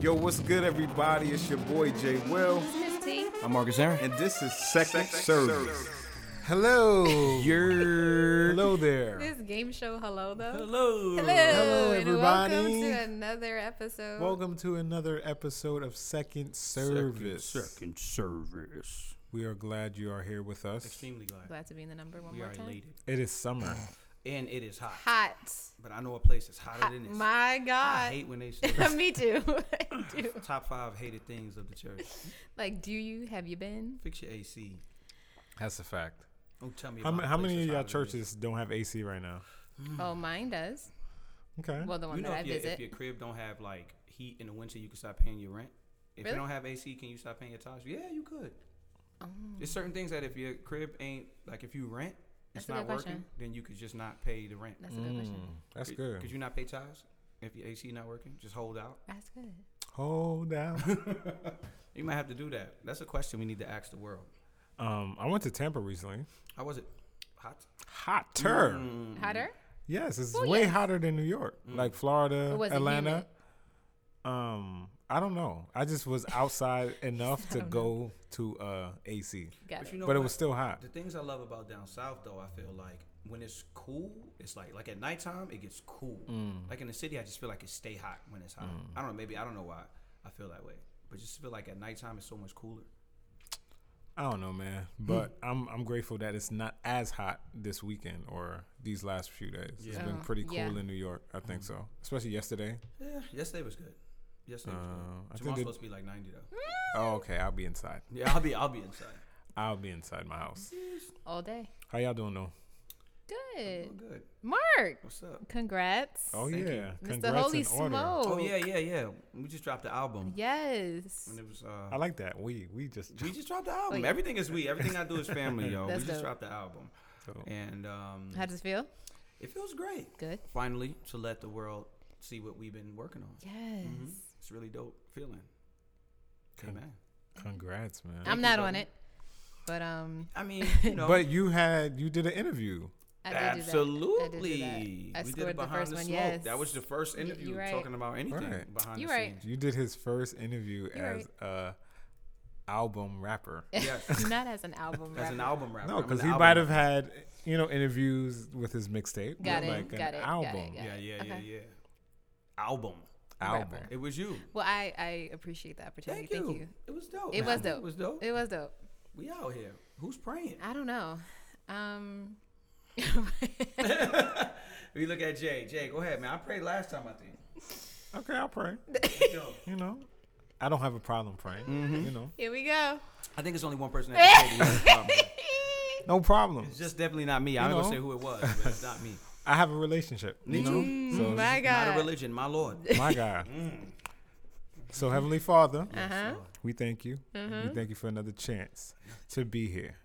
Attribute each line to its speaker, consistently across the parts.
Speaker 1: Yo, what's good, everybody? It's your boy Jay Will,
Speaker 2: I'm Marcus Aaron.
Speaker 1: and this is Second Service.
Speaker 3: Hello.
Speaker 2: You're
Speaker 3: Hello there.
Speaker 4: This game show, hello though.
Speaker 2: hello.
Speaker 4: Hello,
Speaker 3: Hello,
Speaker 4: and
Speaker 3: everybody.
Speaker 4: welcome to another episode.
Speaker 3: Welcome to another episode of Second Service.
Speaker 2: Second service.
Speaker 3: We are glad you are here with us.
Speaker 5: Extremely glad.
Speaker 4: Glad to be in the number one
Speaker 5: We
Speaker 4: more
Speaker 5: are
Speaker 4: time.
Speaker 5: elated.
Speaker 3: It is summer.
Speaker 5: And it is hot.
Speaker 4: Hot.
Speaker 5: But I know a place that's hotter
Speaker 4: Hot.
Speaker 5: than this.
Speaker 4: My
Speaker 5: I
Speaker 4: God.
Speaker 5: hate when they say
Speaker 4: Me too. I do.
Speaker 5: top five hated things of the church.
Speaker 4: Like, do you have you been?
Speaker 5: Fix your AC.
Speaker 3: That's a fact.
Speaker 5: Don't tell me
Speaker 3: How,
Speaker 5: about
Speaker 3: ma-
Speaker 5: a
Speaker 3: how
Speaker 5: place
Speaker 3: many of
Speaker 5: that's
Speaker 3: y'all
Speaker 5: hotter than this.
Speaker 3: churches don't have AC right now?
Speaker 4: Oh, mine does.
Speaker 3: Okay.
Speaker 4: Well, the one
Speaker 5: Mm. You know
Speaker 4: that I
Speaker 5: if, your, if
Speaker 4: visit.
Speaker 5: your crib don't have like heat in the winter, you can stop paying your rent. If
Speaker 4: Really? Oh.
Speaker 5: you don't have AC, can you stop paying your tithes? Yeah, you could. There's certain things that if your crib ain't like if you rent,
Speaker 4: That's
Speaker 5: it's
Speaker 4: a
Speaker 5: not
Speaker 4: good
Speaker 5: working,
Speaker 4: question.
Speaker 5: then you could just not pay the rent.
Speaker 4: That's a good question.
Speaker 5: Mm.
Speaker 3: That's
Speaker 5: Could
Speaker 3: good.
Speaker 5: you not pay tithes if your AC not working? Just hold out.
Speaker 4: That's good.
Speaker 3: Hold down.
Speaker 5: You might have to do that. That's a question we need to ask the world.
Speaker 3: um, I went to Tampa recently.
Speaker 5: How was it? Hot.
Speaker 3: Hotter.
Speaker 5: Mm.
Speaker 4: Hotter?
Speaker 3: Yes, it's
Speaker 4: Well,
Speaker 3: way
Speaker 4: yes.
Speaker 3: hotter than New York, like Florida,
Speaker 4: Or was it
Speaker 3: Atlanta. Um, I don't know. I just was outside enough to go to uh AC,
Speaker 4: Got
Speaker 5: But
Speaker 4: it.
Speaker 5: you know
Speaker 3: but it
Speaker 5: what?
Speaker 3: was still hot.
Speaker 5: The things I love about down south, though, I feel like when it's cool, it's like like at nighttime it gets cool. Like in the city, I just feel like it stay hot when it's hot. I don't know. Maybe I don't know why I feel that way, but just feel like at nighttime it's so much cooler.
Speaker 3: I don't know, man, but
Speaker 4: Hmm.
Speaker 3: I'm I'm grateful that it's not as hot this weekend or these last few days. It's
Speaker 4: Yeah.
Speaker 3: been
Speaker 4: Oh,
Speaker 3: pretty cool
Speaker 4: yeah.
Speaker 3: in New York. I think so, especially yesterday.
Speaker 5: Yeah, yesterday was good. Yesterday was
Speaker 3: Uh, I
Speaker 5: good.
Speaker 3: think
Speaker 5: Tomorrow's
Speaker 3: it-
Speaker 5: supposed to be like ninety though.
Speaker 3: Oh, okay. I'll be inside.
Speaker 5: Yeah, I'll be I'll be inside.
Speaker 3: I'll be inside my house.
Speaker 4: All day.
Speaker 3: How y'all doing though?
Speaker 4: Good.
Speaker 5: Oh, good.
Speaker 4: Mark,
Speaker 5: What's up?
Speaker 4: congrats.
Speaker 3: Oh
Speaker 5: Thank you.
Speaker 3: yeah,
Speaker 4: Mr. Holy
Speaker 3: in
Speaker 4: Smoke.
Speaker 5: Oh yeah, yeah, yeah. We just dropped the album.
Speaker 4: Yes.
Speaker 5: And it was. Uh,
Speaker 3: I like that. We we just
Speaker 5: We just dropped the album.
Speaker 4: Oh, yeah.
Speaker 5: Everything is we. Everything I do is family, yo. we
Speaker 4: That's
Speaker 5: just
Speaker 4: dope.
Speaker 5: dropped the album,
Speaker 3: So-
Speaker 5: and um,
Speaker 4: How does it feel?
Speaker 5: it feels great.
Speaker 4: Good.
Speaker 5: Finally, to let the world see what we've been working on. Mm-hmm.
Speaker 4: Yes.
Speaker 5: It's a really dope feeling.
Speaker 3: Con-
Speaker 5: Amen.
Speaker 3: congrats, man.
Speaker 4: I'm
Speaker 5: you,
Speaker 4: not on
Speaker 5: brother.
Speaker 4: it, but um,
Speaker 5: I mean, you know,
Speaker 3: But you had you did an interview.
Speaker 4: I did
Speaker 5: absolutely.
Speaker 4: Do that. I did do that. I
Speaker 5: we did
Speaker 4: scored
Speaker 5: it
Speaker 4: the
Speaker 5: behind
Speaker 4: first
Speaker 5: the
Speaker 4: one.
Speaker 5: smoke.
Speaker 4: Yes,
Speaker 5: That was the first
Speaker 4: Y- you
Speaker 5: interview
Speaker 4: right.
Speaker 5: talking about anything
Speaker 3: Right.
Speaker 5: behind
Speaker 4: You
Speaker 5: the
Speaker 4: right.
Speaker 5: scenes.
Speaker 3: You did his first interview
Speaker 4: You're
Speaker 3: as a album rapper.
Speaker 5: Yes,
Speaker 4: not as an album.
Speaker 5: as
Speaker 4: rapper.
Speaker 5: an album rapper.
Speaker 3: No,
Speaker 5: I'm
Speaker 3: because
Speaker 5: an
Speaker 3: he
Speaker 5: album
Speaker 3: might have
Speaker 5: rapper.
Speaker 3: had you know interviews with his mixtape,
Speaker 4: Got
Speaker 3: but
Speaker 4: it,
Speaker 3: like
Speaker 4: got
Speaker 3: an
Speaker 4: it, got it,
Speaker 3: album,
Speaker 4: got
Speaker 5: Yeah, yeah, yeah,
Speaker 4: Okay.
Speaker 5: yeah. Album.
Speaker 3: album.
Speaker 4: Rapper.
Speaker 5: It was you.
Speaker 4: Well, I I appreciate the opportunity.
Speaker 5: Thank,
Speaker 4: Thank,
Speaker 5: you.
Speaker 4: you.
Speaker 5: It was dope.
Speaker 4: It was
Speaker 5: Nah,
Speaker 4: dope.
Speaker 5: It was dope.
Speaker 4: It was dope.
Speaker 5: We out here. Who's praying?
Speaker 4: I don't know. Um,
Speaker 5: We look at Jay. Jay, go ahead, man. I prayed last time, I think.
Speaker 3: Okay, I'll pray.
Speaker 5: Yo,
Speaker 3: You know, I don't have a problem praying.
Speaker 5: Mm-hmm.
Speaker 3: You know,
Speaker 4: here we go.
Speaker 5: I think it's only one person that can say the problem.
Speaker 3: no problem.
Speaker 5: um, It's just definitely not me. I'm
Speaker 3: You
Speaker 5: not
Speaker 3: know.
Speaker 5: gonna say who it was, but it's not me.
Speaker 3: I have a relationship. You know, so
Speaker 4: My
Speaker 5: Not a
Speaker 4: God.
Speaker 5: religion, my Lord.
Speaker 3: my God.
Speaker 5: Mm.
Speaker 3: So Heavenly Father,
Speaker 4: Uh huh.
Speaker 3: we thank you.
Speaker 4: Mm-hmm.
Speaker 3: We thank you for another chance to be here,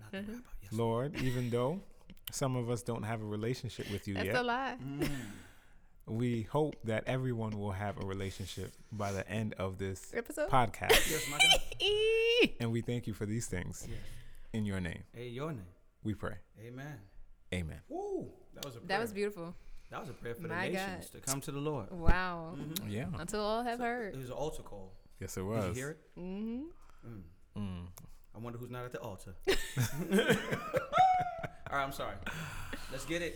Speaker 3: Lord. Even though some of us don't have a relationship with you
Speaker 4: That's
Speaker 3: yet,
Speaker 4: a lie.
Speaker 5: Mm-hmm.
Speaker 3: we hope that everyone will have a relationship by the end of this
Speaker 4: Episode.
Speaker 3: podcast.
Speaker 5: Yes, my God.
Speaker 4: Eee.
Speaker 3: And we thank you for these things. In your name,
Speaker 5: Hey, your name.
Speaker 3: we pray.
Speaker 5: Amen.
Speaker 3: Amen.
Speaker 5: Woo. That was a prayer.
Speaker 4: That was beautiful.
Speaker 5: That was a prayer for the
Speaker 4: My
Speaker 5: nations to come to the Lord.
Speaker 4: Wow.
Speaker 5: Mm-hmm.
Speaker 3: Yeah.
Speaker 4: Until all have
Speaker 5: It
Speaker 4: heard.
Speaker 5: was an altar call.
Speaker 3: Yes, it
Speaker 5: Did you
Speaker 3: was.
Speaker 5: hear it? Mm.
Speaker 4: Mm-hmm.
Speaker 5: I wonder who's not at the altar. All right, I'm sorry. Let's get it.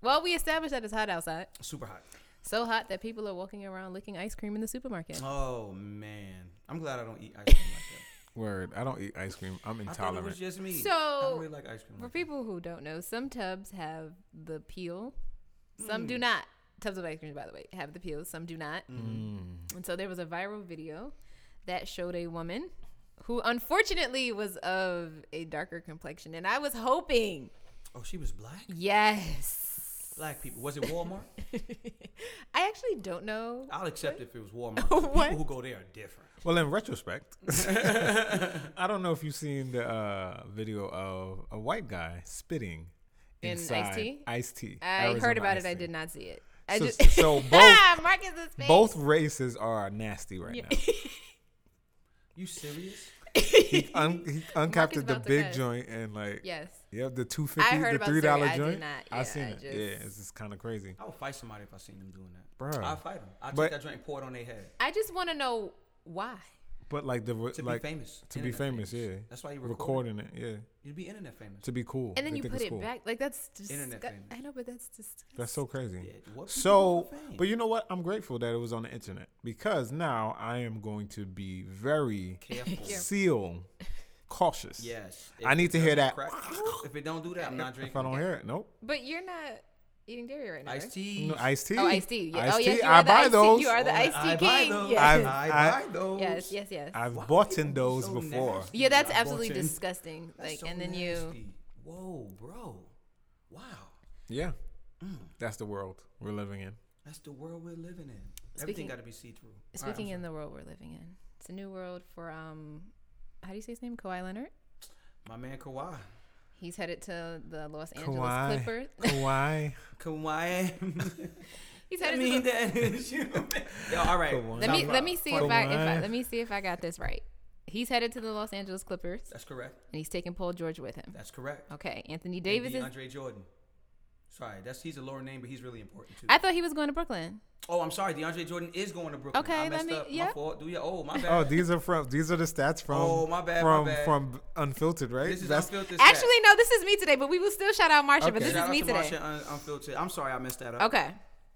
Speaker 4: Well, we established that it's hot outside.
Speaker 5: Super hot.
Speaker 4: So hot that people are walking around licking ice cream in the supermarket.
Speaker 5: Oh man, I'm glad I don't eat ice cream like
Speaker 3: Word. I don't eat ice cream. I'm
Speaker 5: that. I thought it
Speaker 3: intolerant.
Speaker 5: was just me.
Speaker 4: So,
Speaker 5: I don't really like ice cream.
Speaker 4: For
Speaker 5: Like that.
Speaker 4: people who don't know, some tubs have the peel, some
Speaker 3: Mm.
Speaker 4: do not. Tubs of ice cream, by the way, have the peel, some do not.
Speaker 3: Mm.
Speaker 4: And so there was a viral video that showed a woman who unfortunately was of a darker complexion. And I was hoping,
Speaker 5: Oh, she was black.
Speaker 4: yes.
Speaker 5: Black people. Was it Walmart?
Speaker 4: I actually don't know.
Speaker 5: I'll accept if it was Walmart. The
Speaker 4: What?
Speaker 5: People who go there are different.
Speaker 3: well, in retrospect, I don't know if you've seen the uh, video of a white guy spitting
Speaker 4: In Ice
Speaker 3: inside
Speaker 4: Tea?
Speaker 3: Ice tea.
Speaker 4: I heard
Speaker 3: Arizona
Speaker 4: about
Speaker 3: Ice
Speaker 4: it, I
Speaker 3: Tea.
Speaker 4: did not see it. I
Speaker 3: So-
Speaker 4: just
Speaker 3: so
Speaker 4: Ah, Marcus's face.
Speaker 3: Both races are nasty right now.
Speaker 5: You serious?
Speaker 3: He, un- he uncapped
Speaker 4: Marcus
Speaker 3: the
Speaker 4: about to
Speaker 3: big
Speaker 4: pass.
Speaker 3: joint and like
Speaker 4: yes.
Speaker 3: Yep, the two
Speaker 4: I
Speaker 3: fifty,
Speaker 4: heard
Speaker 3: the
Speaker 4: about
Speaker 3: three
Speaker 4: Surrey.
Speaker 3: dollar
Speaker 4: I did
Speaker 3: joint.
Speaker 4: not.
Speaker 3: I
Speaker 4: Yeah,
Speaker 3: seen
Speaker 4: I
Speaker 3: it.
Speaker 4: just-
Speaker 3: Yeah, it's just kind of crazy.
Speaker 5: I would fight somebody if I seen them doing that.
Speaker 3: Bruh.
Speaker 5: I'd fight them. I'd
Speaker 3: But-
Speaker 5: take that drink and pour it on their head.
Speaker 4: I just want to know why.
Speaker 3: But like the re-
Speaker 5: To
Speaker 3: like
Speaker 5: be famous.
Speaker 3: to be
Speaker 5: Internet
Speaker 3: famous, yeah.
Speaker 5: That's why you record.
Speaker 3: recording it, yeah,
Speaker 5: You'd be internet famous.
Speaker 3: to be cool.
Speaker 4: And then
Speaker 3: They
Speaker 4: you
Speaker 3: think
Speaker 4: put
Speaker 3: it's
Speaker 4: it
Speaker 3: cool.
Speaker 4: back. Like that's
Speaker 5: Internet
Speaker 4: disgusting.
Speaker 5: famous.
Speaker 4: I know, but that's disgusting.
Speaker 3: That's so crazy.
Speaker 5: Yeah, what people
Speaker 3: So,
Speaker 5: do for fame.
Speaker 3: but you know what? I'm grateful that it was on the internet because now I am going to be very
Speaker 5: careful.
Speaker 3: seal cautious.
Speaker 5: Yes.
Speaker 3: I need
Speaker 5: it
Speaker 3: to hear
Speaker 5: doesn't
Speaker 3: that.
Speaker 5: crack- if it don't do that, I'm not
Speaker 3: If
Speaker 5: drinking.
Speaker 3: I don't hear it, nope.
Speaker 4: But you're not eating dairy right now.
Speaker 5: Iced
Speaker 4: right?
Speaker 5: tea.
Speaker 3: No, iced tea.
Speaker 4: Oh, iced tea. Yeah.
Speaker 3: Iced
Speaker 4: oh, yes,
Speaker 3: tea.
Speaker 4: you
Speaker 3: I
Speaker 4: are the
Speaker 3: buy
Speaker 4: iced
Speaker 3: those.
Speaker 4: Tea. You are the
Speaker 5: Oh,
Speaker 4: iced
Speaker 5: I
Speaker 4: tea
Speaker 5: buy
Speaker 4: king.
Speaker 5: those.
Speaker 4: Yes.
Speaker 3: I've-
Speaker 5: I
Speaker 3: I-
Speaker 5: buy those.
Speaker 4: yes, yes, yes.
Speaker 3: I've
Speaker 5: Why
Speaker 3: bought
Speaker 5: people
Speaker 3: in those
Speaker 5: so
Speaker 3: before.
Speaker 5: nasty?
Speaker 4: yeah, that's
Speaker 5: I bought
Speaker 4: absolutely
Speaker 5: in.
Speaker 4: disgusting.
Speaker 5: That's
Speaker 4: like,
Speaker 5: so
Speaker 4: and then you.
Speaker 5: nasty. Whoa, bro. Wow.
Speaker 3: Yeah,
Speaker 5: Mm.
Speaker 3: that's the world we're living in.
Speaker 5: That's the world we're living in.
Speaker 4: Speaking-
Speaker 5: Everything got to be see through.
Speaker 4: Speaking in the world we're living in, it's a new world for um, how do you say his name? Kawhi Leonard.
Speaker 5: My man Kawhi.
Speaker 4: He's headed to the Los Angeles
Speaker 3: Kawhi.
Speaker 4: Clippers.
Speaker 3: Kawhi.
Speaker 5: Kawhi.
Speaker 4: He's
Speaker 5: I
Speaker 4: headed
Speaker 5: mean
Speaker 4: to. The,
Speaker 5: that is you. Yo, all right.
Speaker 3: Kawhi.
Speaker 4: let me
Speaker 5: Stop.
Speaker 4: let me see if I, if I
Speaker 3: Kawhi.
Speaker 4: let me see if I got this right. He's headed to the Los Angeles Clippers,
Speaker 5: That's correct.
Speaker 4: and he's taking Paul George with him.
Speaker 5: That's correct.
Speaker 4: Okay, Anthony Davis
Speaker 5: and
Speaker 4: is.
Speaker 5: DeAndre Jordan. Sorry, that's he's a lower name, but he's really important too.
Speaker 4: I thought he was going to Brooklyn.
Speaker 5: oh, I'm sorry, DeAndre Jordan is going to Brooklyn.
Speaker 4: Okay,
Speaker 5: I
Speaker 4: let
Speaker 5: messed
Speaker 4: me-
Speaker 5: up.
Speaker 4: yeah.
Speaker 5: My fault. Do you? Oh, my
Speaker 3: Oh,
Speaker 5: bad.
Speaker 3: these are from these are the stats from
Speaker 5: Oh, my bad, my
Speaker 3: from
Speaker 5: bad.
Speaker 3: from unfiltered, right?
Speaker 5: this is
Speaker 3: That's-
Speaker 5: unfiltered. stats.
Speaker 4: Actually, no, this is me today, but we will still shout out Marsha. But
Speaker 3: Okay.
Speaker 4: this
Speaker 5: Shout
Speaker 4: is
Speaker 5: out
Speaker 4: me
Speaker 5: to
Speaker 4: today.
Speaker 5: Marsha Un- Unfiltered. I'm sorry, I messed that up.
Speaker 4: Okay.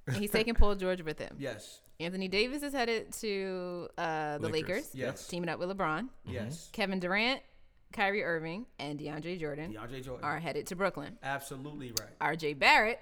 Speaker 4: And He's taking Paul George with him.
Speaker 5: Yes.
Speaker 4: Anthony Davis is headed to uh, the
Speaker 3: Lakers.
Speaker 4: Lakers,
Speaker 5: Yes.
Speaker 4: teaming up with LeBron.
Speaker 5: Yes.
Speaker 4: Kevin Durant, Kyrie Irving, and DeAndre Jordan
Speaker 5: DeAndre Jordan.
Speaker 4: are headed to Brooklyn.
Speaker 5: Absolutely right.
Speaker 4: RJ Barrett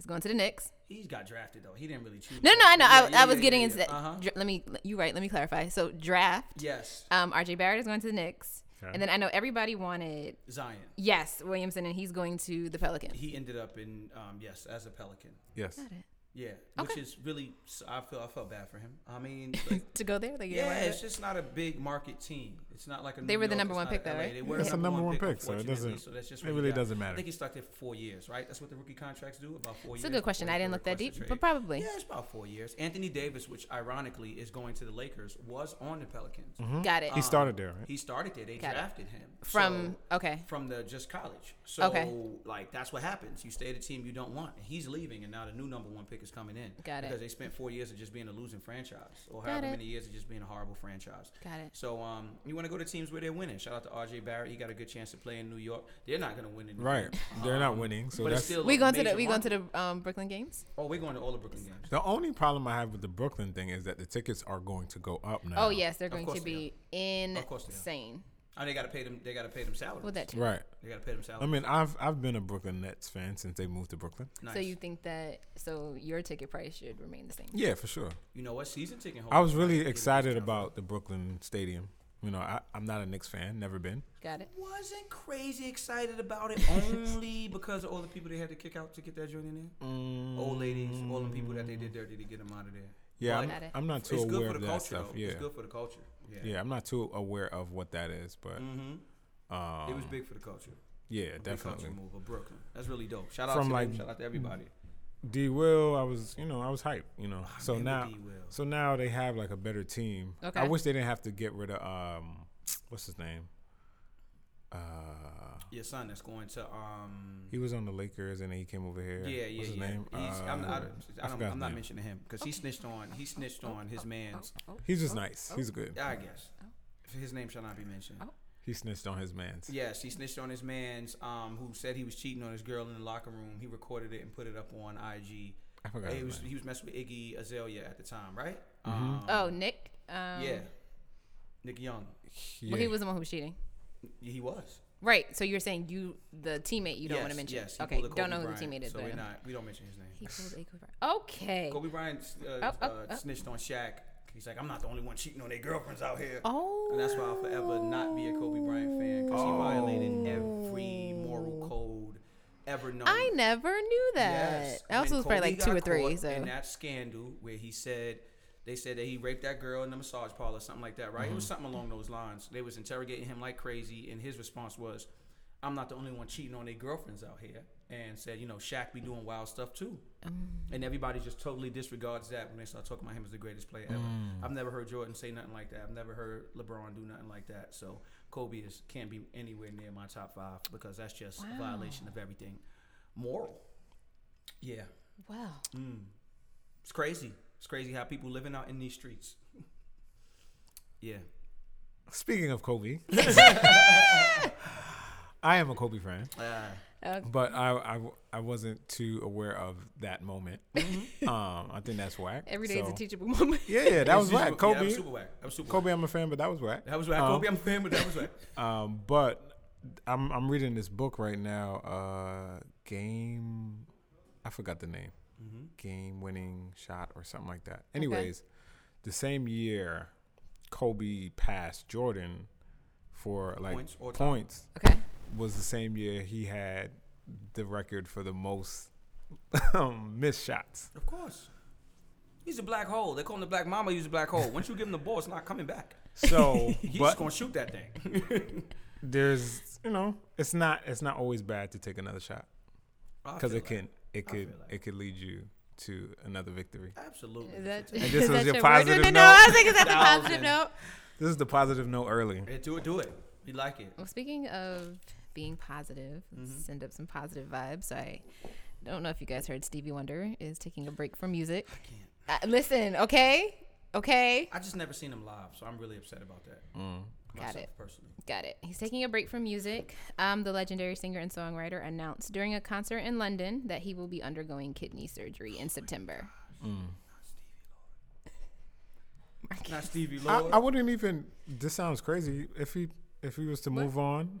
Speaker 4: is going to the Knicks.
Speaker 5: He got drafted though. He didn't really choose.
Speaker 4: No, no, I know. I, I was getting into that.
Speaker 5: Uh huh.
Speaker 4: Dr- Let me, you right. Let me clarify. So draft.
Speaker 5: Yes.
Speaker 4: Um, RJ Barrett is going to the Knicks,
Speaker 3: Okay.
Speaker 4: and then I know everybody wanted
Speaker 5: Zion.
Speaker 4: yes Williamson, and he's going to the Pelicans.
Speaker 5: He ended up in um, yes as a Pelican.
Speaker 3: yes.
Speaker 4: Got it.
Speaker 5: Yeah,
Speaker 4: Okay.
Speaker 5: which is really s- I feel I felt bad for him. I mean, like,
Speaker 4: To go there, they get
Speaker 5: yeah,
Speaker 4: away with
Speaker 5: it's just not a big market team. It's not like a
Speaker 4: They
Speaker 5: New
Speaker 4: were the
Speaker 5: York,
Speaker 4: number
Speaker 5: it's
Speaker 4: one
Speaker 5: not a
Speaker 4: pick, though,
Speaker 5: LA.
Speaker 4: right?
Speaker 5: They were
Speaker 3: It's
Speaker 5: the
Speaker 3: a number one pick, so it
Speaker 5: unfortunately,
Speaker 3: doesn't-
Speaker 5: So that's just
Speaker 3: it
Speaker 5: what he
Speaker 3: really
Speaker 5: got.
Speaker 3: doesn't matter.
Speaker 5: I think he stuck there for four years, right? That's what the rookie contracts do about four
Speaker 4: It's a
Speaker 5: years.
Speaker 4: good question.
Speaker 5: before
Speaker 4: I
Speaker 5: you
Speaker 4: didn't
Speaker 5: can
Speaker 4: look that
Speaker 5: request a
Speaker 4: deep,
Speaker 5: trade.
Speaker 4: but probably.
Speaker 5: Yeah, it's about four years. Anthony Davis, which ironically is going to the Lakers, was on the Pelicans.
Speaker 3: Mm-hmm.
Speaker 4: it. Got it.
Speaker 3: He started there, right?
Speaker 5: He started there. They
Speaker 4: Got it.
Speaker 5: drafted him
Speaker 4: From
Speaker 5: So-
Speaker 4: okay.
Speaker 5: from the just college. So
Speaker 4: Okay.
Speaker 5: like that's what happens. You stay at a team you don't want, and he's leaving, and now the new number one pick is coming in.
Speaker 4: Got it.
Speaker 5: Because they spent four years of just being a losing franchise, or
Speaker 4: Got
Speaker 5: however
Speaker 4: it.
Speaker 5: many years of just being a horrible franchise.
Speaker 4: Got it.
Speaker 5: So um, you want to go to teams where they're winning. Shout out to R.J. Barrett. He got a good chance to play in New York. They're not going to win in New
Speaker 3: Right.
Speaker 5: York.
Speaker 3: They're not winning, so
Speaker 5: but it's
Speaker 3: that's
Speaker 5: still
Speaker 4: We
Speaker 5: a
Speaker 4: going to the
Speaker 5: major
Speaker 4: we going to
Speaker 5: market.
Speaker 4: the um, Brooklyn games.
Speaker 5: oh we're going to all the Brooklyn games.
Speaker 3: the only problem I have with the Brooklyn thing is that the tickets are going to go up now.
Speaker 4: Oh yes, they're
Speaker 5: Of
Speaker 4: going
Speaker 5: course
Speaker 4: to
Speaker 5: they
Speaker 4: be
Speaker 5: Of course they are.
Speaker 4: insane.
Speaker 5: Oh, they got to pay them. They got to pay them salaries.
Speaker 4: Well, that too.
Speaker 3: Right.
Speaker 5: they got to pay them
Speaker 3: I
Speaker 5: salaries.
Speaker 3: mean, I've I've been a Brooklyn Nets fan since they moved to Brooklyn.
Speaker 5: nice.
Speaker 4: So you think that so your ticket price should remain the same?
Speaker 3: Yeah, for sure.
Speaker 5: You know what season ticket?
Speaker 3: I was
Speaker 5: holders
Speaker 3: really
Speaker 5: might get a
Speaker 3: excited
Speaker 5: discount.
Speaker 3: about the Brooklyn Stadium. You know, I, I'm not a Knicks fan, never been.
Speaker 4: Got it.
Speaker 5: wasn't crazy excited about it only because of all the people they had to kick out to get that joint in there. Old ladies, all the people that they did dirty to get them out of there.
Speaker 3: Yeah,
Speaker 5: But
Speaker 3: I'm,
Speaker 4: Got it.
Speaker 3: I'm not too
Speaker 5: it's good
Speaker 3: aware
Speaker 5: for
Speaker 3: of
Speaker 5: the
Speaker 3: that
Speaker 5: culture,
Speaker 3: stuff.
Speaker 5: though.
Speaker 3: Yeah.
Speaker 5: It's good for the culture. Yeah. Mm-hmm.
Speaker 3: yeah, I'm not too aware of what that is, but um,
Speaker 5: It was big for the culture.
Speaker 3: yeah,
Speaker 5: Big culture
Speaker 3: definitely.
Speaker 5: move of Brooklyn. That's really dope. Shout out
Speaker 3: From,
Speaker 5: to
Speaker 3: like,
Speaker 5: them. Shout out to everybody.
Speaker 3: D Will, I was, you know, I was hyped, you know. so
Speaker 5: remember
Speaker 3: now,
Speaker 5: Ah, D. Will.
Speaker 3: so now they have like a better team. I
Speaker 4: Okay.
Speaker 3: wish they didn't have to get rid of um, what's his name? Uh,
Speaker 5: Your son that's going to um.
Speaker 3: he was on the Lakers and then he came over here.
Speaker 5: Yeah,
Speaker 3: what's
Speaker 5: yeah,
Speaker 3: his
Speaker 5: yeah.
Speaker 3: Name?
Speaker 5: He's, I'm, I,
Speaker 3: Uh,
Speaker 5: I
Speaker 3: forgot
Speaker 5: don't,
Speaker 3: his
Speaker 5: I'm not
Speaker 3: name.
Speaker 5: mentioning him because he snitched on he snitched on his man's.
Speaker 3: He's just nice. He's good.
Speaker 5: I guess his name shall not be mentioned.
Speaker 3: He snitched on his man's.
Speaker 5: Yes, he snitched on his man's um, who said he was cheating on his girl in the locker room. He recorded it and put it up on IG.
Speaker 3: I forgot
Speaker 5: He
Speaker 3: his
Speaker 5: was
Speaker 3: name.
Speaker 5: he was messing with Iggy Azalea at the time, right? Um,
Speaker 4: Oh, Nick. Um,
Speaker 5: yeah, Nick Young.
Speaker 4: Well,
Speaker 3: Yeah.
Speaker 4: he was the one who was cheating.
Speaker 5: He was.
Speaker 4: Right. So you're saying you, the teammate, you don't want to
Speaker 5: Yes,
Speaker 4: mention.
Speaker 5: Yes. he
Speaker 4: okay.
Speaker 5: pulled a
Speaker 4: Don't know
Speaker 5: Kobe
Speaker 4: who the
Speaker 5: Bryant,
Speaker 4: teammate is,
Speaker 5: So
Speaker 4: but I
Speaker 5: we're
Speaker 4: know.
Speaker 5: not. We don't mention his name.
Speaker 4: He pulled a Kobe Bryant. Okay.
Speaker 5: Kobe Bryant uh,
Speaker 4: Oh, oh,
Speaker 5: uh,
Speaker 4: oh.
Speaker 5: snitched on Shaq. He's like, I'm not the only one cheating on their girlfriends out here.
Speaker 4: Oh.
Speaker 5: And that's why I'll forever not be a Kobe Bryant fan because he violated every moral code ever known.
Speaker 4: I never knew that.
Speaker 5: Yes.
Speaker 4: I also
Speaker 5: When
Speaker 4: was probably
Speaker 5: Kobe
Speaker 4: like two
Speaker 5: got
Speaker 4: or three.
Speaker 5: caught
Speaker 4: So
Speaker 5: in that scandal where he said they said that he raped that girl in the massage parlor, something like that, right?
Speaker 4: Mm-hmm.
Speaker 5: It was something along those lines. They was interrogating him like crazy, and his response was, "I'm not the only one cheating on their girlfriends out here," and said, "You know, Shaq be doing wild stuff too." And everybody just totally disregards that when they start talking about him as the greatest player ever.
Speaker 3: Mm.
Speaker 5: I've never heard Jordan say nothing like that. I've never heard LeBron do nothing like that. So Kobe is can't be anywhere near my top five because that's just a violation of everything moral. Yeah,
Speaker 4: Wow.
Speaker 5: it's crazy. It's crazy how people living out in these streets. yeah,
Speaker 3: Speaking of Kobe, I am a Kobe fan,
Speaker 5: uh,
Speaker 3: but I, I, I wasn't too aware of that moment. um, I think that's whack.
Speaker 4: Mm-hmm. Every day is
Speaker 3: so-
Speaker 4: a teachable moment.
Speaker 3: Yeah, yeah, that was
Speaker 5: super-
Speaker 3: whack. Kobe,
Speaker 5: Yeah, that was super whack. That was super. Kobe.
Speaker 3: Kobe, Oh. I'm a fan, but that was whack.
Speaker 5: That was whack. Kobe, I'm a fan, but that was whack.
Speaker 3: Um, but I'm I'm reading this book right now. Uh, game, I forgot the name.
Speaker 5: Mm-hmm.
Speaker 3: Game winning shot or something like that. Anyways, the same year, Kobe passed Jordan for like
Speaker 5: Points or time.
Speaker 3: points
Speaker 4: Okay.
Speaker 3: was the same year he had the record for the most um, missed shots.
Speaker 5: Of course. He's a black hole. They call him the black mama. He's a black hole. Once you give him the ball, it's not coming back.
Speaker 3: So,
Speaker 5: He's
Speaker 3: but
Speaker 5: just gonna shoot that thing.
Speaker 3: there's you know it's not it's not always bad to take another shot.
Speaker 5: I
Speaker 3: because
Speaker 5: feel
Speaker 3: it can it could
Speaker 5: feel that.
Speaker 3: it could lead you to another victory.
Speaker 5: that. absolutely.
Speaker 4: Is that,
Speaker 3: And
Speaker 4: is
Speaker 3: this was
Speaker 4: that
Speaker 3: your
Speaker 4: word?
Speaker 3: positive
Speaker 4: no, no,
Speaker 3: note?
Speaker 4: no, I was like, is that the
Speaker 5: Thousand.
Speaker 4: positive note?
Speaker 3: This is the positive note early.
Speaker 5: Yeah, do it. Do it. We like it.
Speaker 4: Well, speaking of being positive, let's
Speaker 3: Mm-hmm.
Speaker 4: send up some positive vibes. I don't know if you guys heard Stevie Wonder is taking a break from music. I can't. listen, okay? Okay.
Speaker 5: I just never seen him live, so I'm really upset about that.
Speaker 3: Mm.
Speaker 5: Myself,
Speaker 4: it.
Speaker 5: Personally,
Speaker 4: Got it. He's taking a break from music. Um, the legendary singer and songwriter announced during a concert in London that he will be undergoing kidney surgery
Speaker 3: Oh
Speaker 4: in September.
Speaker 5: not Stevie
Speaker 3: I,
Speaker 5: Lord.
Speaker 3: I wouldn't even. This sounds crazy. If he if he was to move on,
Speaker 5: I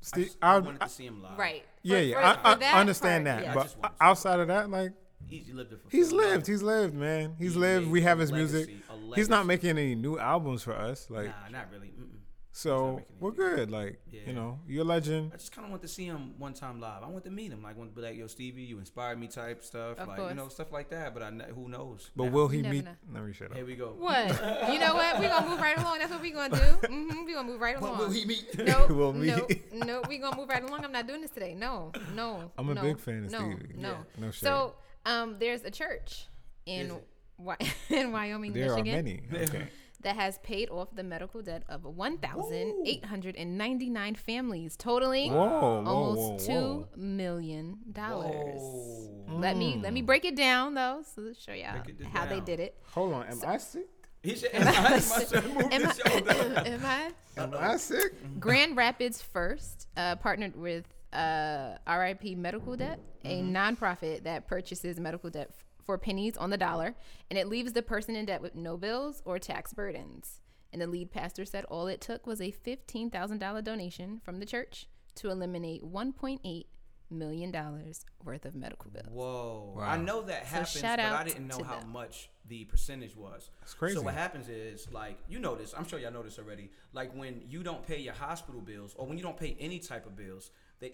Speaker 3: Steve,
Speaker 5: just- I
Speaker 3: I,
Speaker 5: wanted
Speaker 3: I-
Speaker 5: to see him live.
Speaker 4: Right.
Speaker 3: yeah,
Speaker 4: For-
Speaker 3: yeah,
Speaker 4: for-
Speaker 3: I, I,
Speaker 4: for that
Speaker 3: understand
Speaker 4: part,
Speaker 3: that.
Speaker 5: yeah. I just
Speaker 3: But
Speaker 5: wanted to-
Speaker 3: outside of that, like
Speaker 5: He's lived it. For
Speaker 3: he's
Speaker 5: 50
Speaker 3: lived,
Speaker 5: years.
Speaker 3: he's lived, man. He's
Speaker 5: He
Speaker 3: lived. We
Speaker 5: made
Speaker 3: have
Speaker 5: a
Speaker 3: his music.
Speaker 5: legacy, a
Speaker 3: He's not
Speaker 5: legacy.
Speaker 3: making any new albums for us, like
Speaker 5: Nah, not really. Mm-mm.
Speaker 3: so
Speaker 5: making
Speaker 3: we're
Speaker 5: anything.
Speaker 3: good. Like
Speaker 5: Yeah.
Speaker 3: you know, you're a legend.
Speaker 5: I just kind of want to see him one time live. I want to meet him. Like, want to be like, "Yo, Stevie, you inspired me," type stuff.
Speaker 4: Of
Speaker 5: like,
Speaker 4: course.
Speaker 5: you know, stuff like that. But I, kn- who knows?
Speaker 3: But
Speaker 5: Now,
Speaker 3: will he
Speaker 4: You never
Speaker 3: meet?
Speaker 4: know.
Speaker 3: Let me shut up.
Speaker 5: Here we go.
Speaker 4: What? you know what? We're going to move right along. That's what we're going to do. Mm-hmm. We're going to move right along.
Speaker 5: What will he meet?
Speaker 4: No,
Speaker 3: Well, me-
Speaker 4: no, no. We gonna move right along. I'm not doing this today. No, no.
Speaker 3: I'm a
Speaker 4: no,
Speaker 3: big fan of
Speaker 4: no,
Speaker 3: Stevie.
Speaker 4: No,
Speaker 3: Yeah. No
Speaker 4: So, um, there's a church in
Speaker 5: Is it?
Speaker 4: Wy- in Wyoming,
Speaker 3: There are
Speaker 4: Michigan,
Speaker 3: many. Okay.
Speaker 4: that has paid off the medical debt of 1,899 families, totaling
Speaker 3: Whoa, whoa,
Speaker 4: almost
Speaker 3: whoa, whoa.
Speaker 4: two million
Speaker 5: Oh.
Speaker 4: dollars.
Speaker 5: Whoa.
Speaker 4: Let me let me break it down though, so let's show y'all
Speaker 5: Break it
Speaker 4: how they
Speaker 5: down.
Speaker 4: did it.
Speaker 3: Hold on. Am I sick?
Speaker 5: He said, "Am I- must have moved
Speaker 4: Am
Speaker 5: his shoulder."
Speaker 4: I? am I?
Speaker 3: Am I sick?
Speaker 4: Grand Rapids First uh, partnered with uh, RIP Medical Debt, a nonprofit that purchases medical debt f- for pennies on the dollar, and it leaves the person in debt with no bills or tax burdens. And the lead pastor said all it took was a $15,000 donation from the church to eliminate $1.8 million worth of medical bills.
Speaker 5: Whoa. I know that happens,
Speaker 4: shout
Speaker 5: but I
Speaker 4: out
Speaker 5: didn't know
Speaker 4: to
Speaker 5: how
Speaker 4: them.
Speaker 5: much the percentage was. That's
Speaker 3: crazy.
Speaker 5: So what happens is, like, you know this. I'm sure y'all know this already. Like when you don't pay your hospital bills, or when you don't pay any type of bills, they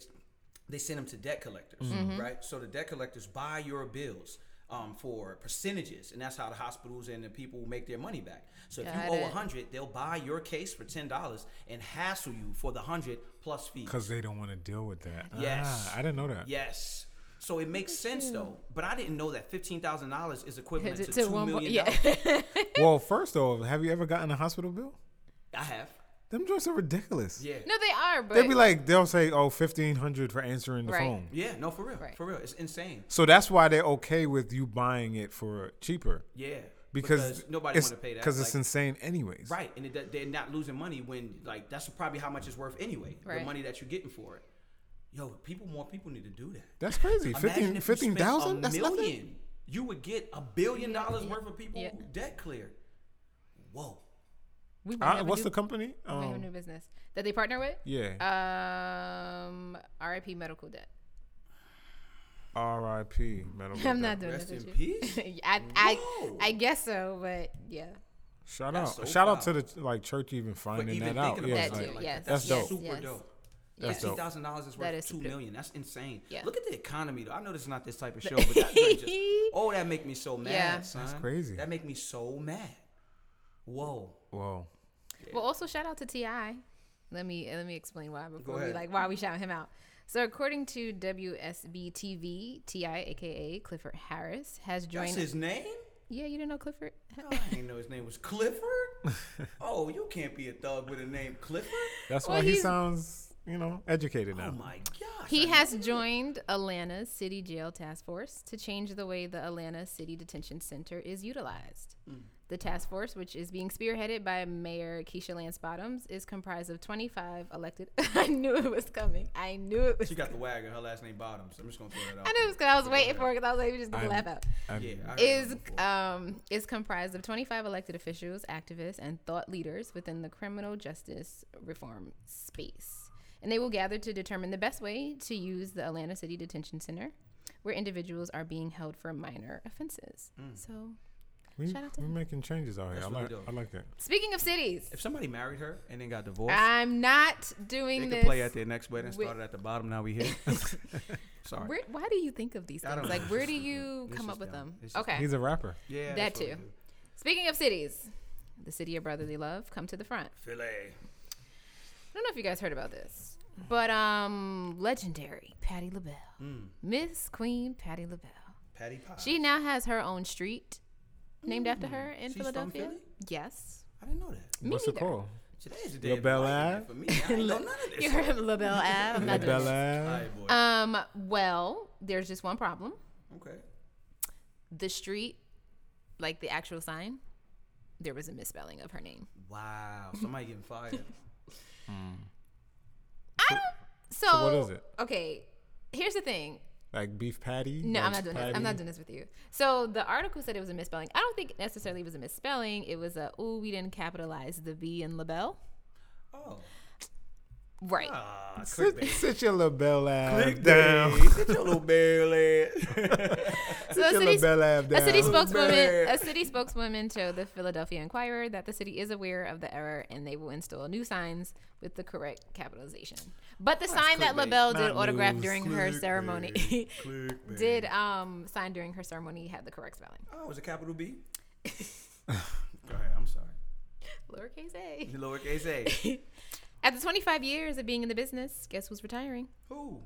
Speaker 5: they send them to debt collectors,
Speaker 4: Mm-hmm.
Speaker 5: right? So the debt collectors buy your bills. Um, for percentages, and that's how the hospitals and the people make their money back. So if
Speaker 4: Got
Speaker 5: you owe a
Speaker 4: it.
Speaker 5: hundred, they'll buy your case for ten dollars and hassle you for the hundred plus fees.
Speaker 3: Because they don't want to deal with that.
Speaker 5: Yes.
Speaker 3: Ah, I didn't know that.
Speaker 5: Yes. So it
Speaker 4: Oh,
Speaker 5: makes sense though, but I didn't know that fifteen thousand dollars is equivalent
Speaker 4: Is
Speaker 5: to,
Speaker 4: it
Speaker 5: two
Speaker 4: to one
Speaker 5: million
Speaker 4: bo-
Speaker 5: dollars.
Speaker 3: Well, first off, have you ever gotten a hospital bill?
Speaker 5: I have.
Speaker 3: Them joints are ridiculous.
Speaker 5: Yeah.
Speaker 4: No, they are, but
Speaker 3: They'd be like, they'll say, oh, 1500 for answering the
Speaker 4: Right.
Speaker 3: phone.
Speaker 5: Yeah. No, for real.
Speaker 4: Right.
Speaker 5: For real, it's insane.
Speaker 3: So that's why they're okay with you buying it for cheaper.
Speaker 5: Yeah.
Speaker 3: Because,
Speaker 5: nobody want to pay that.
Speaker 3: Because it's
Speaker 5: Like,
Speaker 3: insane, anyways.
Speaker 5: right, and it, do- they're not losing money when like that's probably how much it's worth anyway. The
Speaker 4: Right.
Speaker 5: money that you're getting for it. Yo, people, more people need to do that.
Speaker 3: That's crazy.
Speaker 5: Imagine
Speaker 3: Fifteen,
Speaker 5: if you
Speaker 3: fifteen
Speaker 5: spent
Speaker 3: thousand.
Speaker 5: a
Speaker 3: That's nothing.
Speaker 5: million. You would get a billion dollars
Speaker 4: yeah,
Speaker 5: worth of people
Speaker 4: yeah.
Speaker 5: debt cleared. Whoa.
Speaker 4: we might
Speaker 3: Uh,
Speaker 4: have a
Speaker 3: what's
Speaker 4: new-
Speaker 3: the company?
Speaker 4: we might have a
Speaker 3: Um,
Speaker 4: new business that they partner with.
Speaker 3: yeah.
Speaker 4: Um, RIP Medical Debt.
Speaker 3: R.I.P. Metal.
Speaker 4: I'm not doing
Speaker 5: Rest
Speaker 4: this.
Speaker 5: in
Speaker 4: with you.
Speaker 5: peace.
Speaker 4: I, I,
Speaker 5: Whoa.
Speaker 4: I guess so, but yeah.
Speaker 3: Shout out!
Speaker 5: That's so
Speaker 3: Shout out to
Speaker 5: foul.
Speaker 3: the like church even
Speaker 5: But
Speaker 3: finding
Speaker 5: even
Speaker 3: that out.
Speaker 5: thinking about
Speaker 3: Yeah,
Speaker 4: That
Speaker 3: it's like,
Speaker 4: too, yes,
Speaker 5: something like that, that's
Speaker 3: yes,
Speaker 5: super
Speaker 4: yes.
Speaker 5: dope.
Speaker 3: That's
Speaker 5: Fifteen
Speaker 3: dope.
Speaker 5: thousand dollars is
Speaker 4: That
Speaker 5: worth
Speaker 4: is
Speaker 5: two
Speaker 4: super.
Speaker 5: million. That's insane.
Speaker 4: Yeah.
Speaker 5: Look at the economy though. I know this is not this type of show, but that joint just, oh, that make me so mad,
Speaker 4: Yeah. That's
Speaker 5: son.
Speaker 3: crazy.
Speaker 5: That make me so mad. Whoa.
Speaker 3: Whoa.
Speaker 4: Well, also shout out to Ti. Let me let me explain why before we
Speaker 5: ahead.
Speaker 4: like why we shout him out. So, according to WSB TV, Ti, aka Clifford Harris, has
Speaker 5: That's
Speaker 4: joined.
Speaker 5: his name?
Speaker 4: yeah, you didn't know Clifford.
Speaker 5: Oh, I didn't know his name was Clifford. oh, you can't be a thug with a name Clifford.
Speaker 3: That's
Speaker 4: Well,
Speaker 3: why he
Speaker 4: he's-
Speaker 3: sounds, you know, educated
Speaker 5: Oh
Speaker 3: now.
Speaker 5: my gosh.
Speaker 4: He
Speaker 5: I-
Speaker 4: has joined Atlanta's City Jail Task Force to change the way the Atlanta City Detention Center is utilized. The task force, which is being spearheaded by Mayor Keisha Lance Bottoms, is comprised of 25 elected. I knew it was coming. I knew it was.
Speaker 5: She got the wagger. Her last name Bottoms. I'm just gonna throw that out.
Speaker 4: I knew it was because I was waiting for it because I was like, we just gonna
Speaker 3: I'm-
Speaker 4: laugh out.
Speaker 3: And
Speaker 5: Yeah. I heard
Speaker 4: Is
Speaker 5: that before.
Speaker 4: um is comprised of 25 elected officials, activists, and thought leaders within the criminal justice reform space, and they will gather to determine the best way to use the Atlanta City Detention Center, where individuals are being held for minor offenses.
Speaker 5: Hmm.
Speaker 4: So,
Speaker 3: we,
Speaker 4: Shout out to
Speaker 3: we're
Speaker 4: him.
Speaker 3: making changes out here. I
Speaker 5: That's
Speaker 3: like,
Speaker 5: really dope.
Speaker 3: I like that.
Speaker 4: speaking of cities,
Speaker 5: if somebody married her and then got divorced,
Speaker 4: I'm not doing
Speaker 5: they
Speaker 4: this.
Speaker 5: could play at their next wedding.
Speaker 4: with-
Speaker 5: Started at the bottom. Now we here. Sorry.
Speaker 4: where, why do you think of these
Speaker 5: I don't
Speaker 4: things? Like,
Speaker 5: know.
Speaker 4: where
Speaker 5: It's
Speaker 4: do
Speaker 5: just
Speaker 4: you
Speaker 5: it's
Speaker 4: come up
Speaker 5: just
Speaker 4: with
Speaker 5: dumb.
Speaker 4: them?
Speaker 5: It's just
Speaker 4: Okay.
Speaker 3: He's a rapper.
Speaker 5: Yeah.
Speaker 4: That
Speaker 5: that's what we
Speaker 4: too.
Speaker 5: do.
Speaker 4: Speaking of cities, the city of brotherly love come to the front.
Speaker 5: Filet.
Speaker 4: I don't know if you guys heard about this, but um, legendary Patty LaBelle,
Speaker 5: Hmm.
Speaker 4: Miss Queen Patty LaBelle.
Speaker 5: Patty Pie.
Speaker 4: She now has her own street named after her in
Speaker 5: Hmm. She's from
Speaker 4: Philadelphia.
Speaker 5: Philly?
Speaker 4: Yes.
Speaker 5: I didn't know that.
Speaker 4: Me
Speaker 3: What's it
Speaker 4: neither.
Speaker 3: called?
Speaker 5: Today's the day.
Speaker 3: Lil
Speaker 5: of
Speaker 3: Bel
Speaker 5: enlightenment
Speaker 3: Air.
Speaker 5: For me, I didn't know none of
Speaker 4: You
Speaker 5: this.
Speaker 4: heard of LaBelle Ave. I'm not doing
Speaker 3: Bel
Speaker 4: this.
Speaker 5: All
Speaker 3: Air.
Speaker 5: right, boy.
Speaker 4: Um, well, there's just one problem.
Speaker 5: okay.
Speaker 4: The street, like the actual sign, there was a misspelling of her name.
Speaker 5: Wow. Somebody getting fired.
Speaker 4: I don't. So,
Speaker 3: what is it?
Speaker 4: Okay. Here's the thing.
Speaker 3: Like beef patty?
Speaker 4: No, I'm
Speaker 3: lunch
Speaker 4: not doing this. I'm
Speaker 3: patty?
Speaker 4: not doing this with you. So the article said it was a misspelling. I don't think necessarily it was a misspelling. It was a ooh, we didn't capitalize the B in label.
Speaker 5: Oh.
Speaker 4: Right.
Speaker 5: Ah,
Speaker 3: Sit,
Speaker 5: clickbait.
Speaker 3: sit your little bell ass
Speaker 5: Clickbait.
Speaker 3: down.
Speaker 5: Sit your little belly.
Speaker 4: so
Speaker 3: Sit
Speaker 4: a
Speaker 3: your
Speaker 4: city,
Speaker 3: little bell ass
Speaker 4: a
Speaker 3: down.
Speaker 4: city spokeswoman,
Speaker 5: Bad.
Speaker 4: a city spokeswoman told the Philadelphia Inquirer that the city is aware of the error and they will install new signs with the correct capitalization. But the sign that
Speaker 5: clickbait.
Speaker 4: LaBelle did
Speaker 3: Not
Speaker 4: autograph
Speaker 3: news.
Speaker 4: during her ceremony
Speaker 5: Clickbait.
Speaker 4: did um sign during her ceremony had the correct spelling.
Speaker 5: Oh, is it capital B? Go ahead. I'm sorry.
Speaker 4: Lowercase a.
Speaker 5: The lowercase a.
Speaker 4: After 25 years of being in the business, guess who's retiring?
Speaker 5: Who?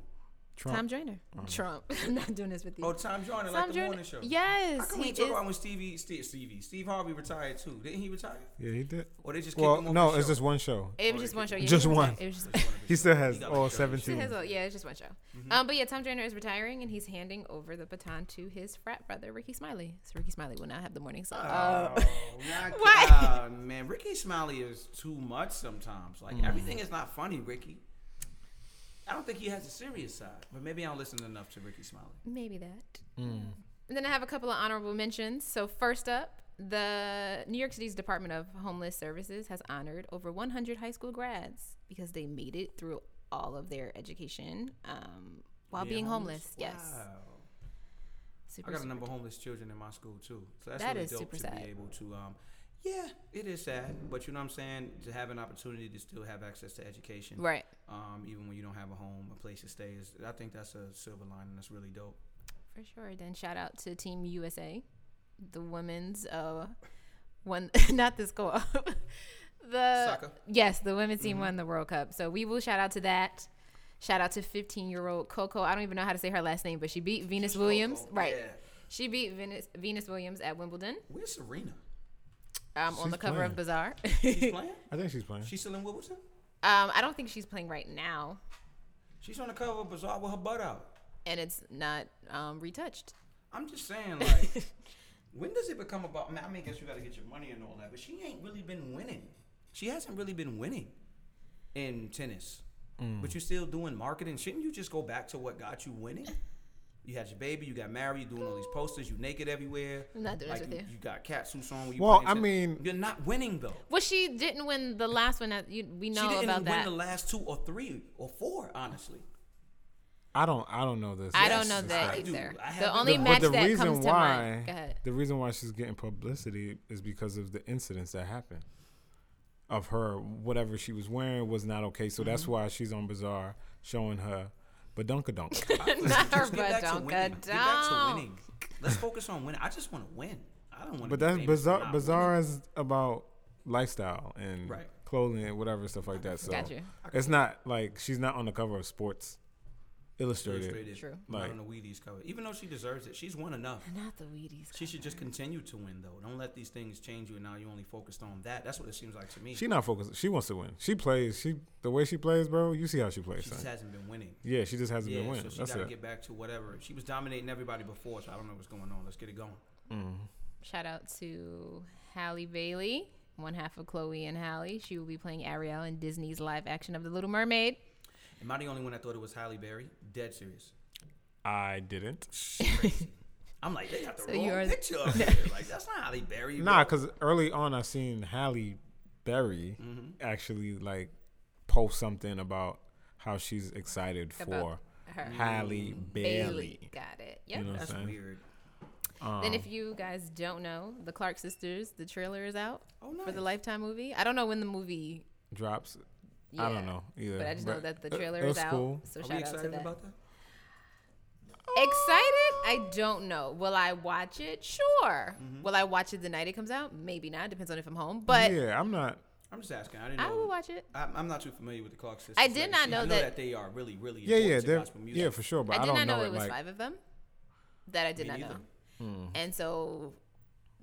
Speaker 3: Trump.
Speaker 4: Tom Joyner. Trump. I'm not doing this with you.
Speaker 5: Uh-huh. Oh, Tom Joyner,
Speaker 4: Tom
Speaker 5: like the
Speaker 4: Joyner-
Speaker 5: morning show. How
Speaker 4: Yes,
Speaker 5: come
Speaker 4: he
Speaker 5: we
Speaker 4: is.
Speaker 5: talk about when Stevie, Steve, Stevie, Steve Harvey retired too? Didn't he retire?
Speaker 3: Yeah, he did.
Speaker 5: Or they just kicked
Speaker 3: Well,
Speaker 5: him off
Speaker 3: no,
Speaker 5: the
Speaker 3: it's
Speaker 5: show?
Speaker 3: just one show.
Speaker 4: It was just one show. Yeah,
Speaker 3: Just
Speaker 4: he was
Speaker 3: one.
Speaker 4: It was just.
Speaker 3: He still has
Speaker 5: got, like,
Speaker 3: all
Speaker 5: thirty shows.
Speaker 4: It
Speaker 3: 17.
Speaker 4: has a- yeah, it's just one show.
Speaker 5: Mm-hmm.
Speaker 4: Um, but yeah, Tom Joyner is retiring, and he's handing over the baton to his frat brother Ricky Smiley. So Ricky Smiley will now have the morning show.
Speaker 5: Oh,
Speaker 4: Uh,
Speaker 5: not-
Speaker 4: Why?
Speaker 5: uh, man, Ricky Smiley is too much sometimes.
Speaker 3: Mm.
Speaker 5: Like everything is not funny, Ricky. I don't think he has a serious side, but maybe I don't listen enough to Ricky Smiley.
Speaker 4: Maybe that.
Speaker 5: Hmm.
Speaker 4: And then I have a couple of honorable mentions. So first up, the New York City's Department of Homeless Services has honored over 100 high school grads because they made it through all of their education um, while being homeless. Yes,
Speaker 5: Wow.
Speaker 4: super.
Speaker 5: I got a
Speaker 4: super-
Speaker 5: number of homeless children in my school too, so that's
Speaker 4: That
Speaker 5: really
Speaker 4: is
Speaker 5: dope
Speaker 4: super
Speaker 5: to
Speaker 4: sad.
Speaker 5: be able to. Um, yeah, it is sad, but you know what I'm saying. To have an opportunity to still have access to education,
Speaker 4: Right.
Speaker 5: Um, even when you don't have a home, a place to stay is. I think that's a silver lining. That's really dope.
Speaker 4: For sure. Then shout out to Team USA, the women's uh, one not this go up. the
Speaker 5: Soccer?
Speaker 4: yes, the women's
Speaker 3: Mm-hmm.
Speaker 4: team won the World Cup. So we will shout out to that. Shout out to 15 year old Coco. I don't even know how to say her last name, but she beat Venus Williams.
Speaker 5: Coco,
Speaker 4: Right.
Speaker 5: yeah.
Speaker 4: She beat Venus, Venus Williams at Wimbledon
Speaker 5: Where's Serena?
Speaker 4: um, on
Speaker 3: She's
Speaker 4: the cover
Speaker 3: playing.
Speaker 4: of Bazaar.
Speaker 5: She's
Speaker 4: um,
Speaker 5: playing.
Speaker 3: I think she's playing.
Speaker 5: She's still in Wimbledon.
Speaker 4: I don't think she's playing right now,
Speaker 5: She's on the cover of Bazaar with her butt out.
Speaker 4: and it's not um, retouched.
Speaker 5: I'm just saying, like, when does it become about? I mean, I mean, guess you got to get your money and all that, but she ain't really been winning. She hasn't really been winning in tennis.
Speaker 3: Mm.
Speaker 5: But you're still doing marketing. Shouldn't you just go back to what got you winning? You had your baby, you got married, you're doing all these posters, you naked everywhere.
Speaker 4: I'm not doing this with you.
Speaker 5: You got cat suits on. When you
Speaker 3: Well,
Speaker 5: playing
Speaker 3: I
Speaker 5: tennis.
Speaker 3: mean-
Speaker 5: you're not winning though.
Speaker 4: Well, she didn't win the last one. That you, we know
Speaker 5: she didn't
Speaker 4: about
Speaker 5: win
Speaker 4: that.
Speaker 5: the last two or three or four, honestly.
Speaker 3: I don't. I don't know this.
Speaker 4: I
Speaker 5: Yes,
Speaker 4: don't know
Speaker 5: yes,
Speaker 4: that
Speaker 5: I do.
Speaker 4: either.
Speaker 5: I have
Speaker 4: The
Speaker 5: been-
Speaker 4: only
Speaker 5: But
Speaker 4: match
Speaker 3: the
Speaker 4: that
Speaker 3: reason
Speaker 4: comes to
Speaker 3: why
Speaker 4: mind. Go ahead.
Speaker 3: the reason why she's getting publicity is because of the incidents that happened of her whatever she was wearing was not okay so that's
Speaker 4: Mm-hmm.
Speaker 3: why she's on bazaar showing her badunkadunk
Speaker 4: Not her
Speaker 5: Just get back to
Speaker 4: badonka
Speaker 5: winning. Get back to
Speaker 4: donk.
Speaker 5: winning. Let's focus on winning. I just want to win. I don't want to.
Speaker 3: but that's bizarre bizarre is about lifestyle and
Speaker 5: Right.
Speaker 3: clothing and whatever stuff like that so
Speaker 4: Got you.
Speaker 3: it's not like she's not on the cover of sports illustrated.
Speaker 5: Illustrated.
Speaker 4: True.
Speaker 3: Like-
Speaker 5: Not on the Wheaties cover. Even though she deserves it, she's won enough.
Speaker 4: Not the Wheaties.
Speaker 5: She should just continue to win though. Don't let these things change you. And now you only focused on that. That's what it seems like to me.
Speaker 3: She not focused. She wants to win. She plays. She the way she plays, bro. You see how she plays,
Speaker 5: She
Speaker 3: son.
Speaker 5: just hasn't been winning.
Speaker 3: yeah, she just hasn't
Speaker 5: Yeah,
Speaker 3: been
Speaker 5: so
Speaker 3: winning.
Speaker 5: she
Speaker 3: That's
Speaker 5: gotta
Speaker 3: it.
Speaker 5: get back to whatever. She was dominating everybody before, so I don't know what's going on. Let's get it going.
Speaker 4: Shout out to Halle Bailey, one half of Chloe and Halle. She will be playing Ariel in Disney's live action of The Little Mermaid.
Speaker 5: Am I the only one that thought it was Halle Berry? Dead serious.
Speaker 3: I didn't.
Speaker 5: I'm like, they got the
Speaker 4: So
Speaker 5: wrong
Speaker 4: you are-
Speaker 5: picture up here. Like, that's not Halle Berry. bro.
Speaker 3: Nah, because early on I seen Halle Berry actually like post something about how she's excited for
Speaker 4: About her.
Speaker 3: Halle Bailey.
Speaker 4: Bailey. Got it.
Speaker 3: You
Speaker 4: Yep.
Speaker 3: know what I'm
Speaker 5: that's
Speaker 3: saying?
Speaker 5: weird.
Speaker 4: Then, if you guys don't know, the Clark sisters, the trailer is out
Speaker 5: Oh,
Speaker 4: for the
Speaker 5: nice.
Speaker 4: Lifetime movie. I don't know when the movie.
Speaker 3: Drops. I
Speaker 4: yeah,
Speaker 3: don't know either.
Speaker 4: But I just know that the
Speaker 3: it-
Speaker 4: trailer
Speaker 3: it
Speaker 4: is
Speaker 3: was
Speaker 4: out.
Speaker 3: cool.
Speaker 4: So
Speaker 5: Are we
Speaker 4: shout out to
Speaker 5: excited
Speaker 4: that.
Speaker 5: about that?
Speaker 4: Excited? I don't know. Will I watch it? Sure.
Speaker 5: Mm-hmm.
Speaker 4: Will I watch it the night it comes out? Maybe not. Depends on if I'm home. But
Speaker 3: yeah, I'm not.
Speaker 5: I'm just asking. I didn't know.
Speaker 4: I will watch it.
Speaker 5: I'm, I'm not too familiar with the Clark sisters.
Speaker 4: I did not
Speaker 5: legacy.
Speaker 4: know
Speaker 5: I know
Speaker 4: that-
Speaker 5: that, they are really, really
Speaker 3: Yeah, yeah,
Speaker 5: important to
Speaker 3: they're-
Speaker 5: gospel music.
Speaker 3: yeah, for sure. But
Speaker 4: I
Speaker 3: I,
Speaker 4: did
Speaker 3: don't
Speaker 4: not know,
Speaker 3: know
Speaker 4: it was
Speaker 3: like
Speaker 4: five of them that I did
Speaker 5: Me
Speaker 4: not
Speaker 5: neither.
Speaker 4: know.
Speaker 3: Mm-hmm.
Speaker 4: And so,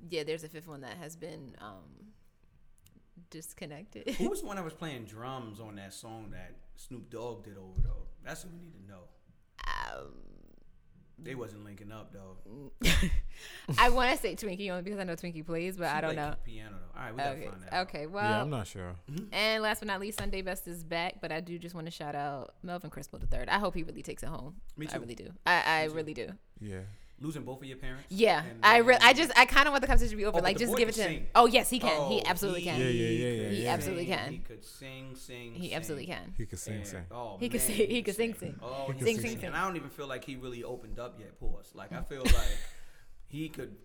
Speaker 4: yeah, there's a fifth one that has been um, disconnected.
Speaker 5: Who was the one that was playing drums on that song that Snoop Dogg did over though? That's what we need to know.
Speaker 4: Um,
Speaker 5: they wasn't linking up though.
Speaker 4: I want to say Twinkie only because I know Twinkie plays, but I
Speaker 5: She
Speaker 4: don't
Speaker 5: like
Speaker 4: know.
Speaker 5: Piano though. All right, we gotta
Speaker 4: Okay.
Speaker 5: find that. out.
Speaker 4: Okay. Well,
Speaker 3: yeah, I'm not sure.
Speaker 4: and last but not least, Sunday Best is back. But I do just want to shout out Melvin Crispell the third. I hope he really takes it home.
Speaker 5: Me
Speaker 4: I
Speaker 5: too.
Speaker 4: really do. I, I really do.
Speaker 3: Yeah.
Speaker 5: Losing both of your parents.
Speaker 4: Yeah.
Speaker 5: And
Speaker 4: I
Speaker 5: then-
Speaker 4: re- I just I kind of want the conversation to be over.
Speaker 5: but
Speaker 4: like
Speaker 5: the
Speaker 4: just
Speaker 5: boy
Speaker 4: give it to
Speaker 5: can
Speaker 4: him.
Speaker 5: sing.
Speaker 4: Oh yes, he can. he
Speaker 5: Oh,
Speaker 4: absolutely can.
Speaker 3: Yeah, yeah, yeah,
Speaker 5: could
Speaker 3: yeah,
Speaker 4: He
Speaker 5: sing,
Speaker 4: absolutely can.
Speaker 5: He could sing, sing.
Speaker 4: He
Speaker 5: sing.
Speaker 4: absolutely can.
Speaker 3: He could sing,
Speaker 5: And-
Speaker 3: sing.
Speaker 5: Oh,
Speaker 4: He could
Speaker 5: man,
Speaker 4: sing- he could sing, sing.
Speaker 5: Oh, he
Speaker 4: Sing,
Speaker 5: could
Speaker 4: sing, sing.
Speaker 5: And I don't even feel like he really opened up yet. Pause. Like I feel like he could.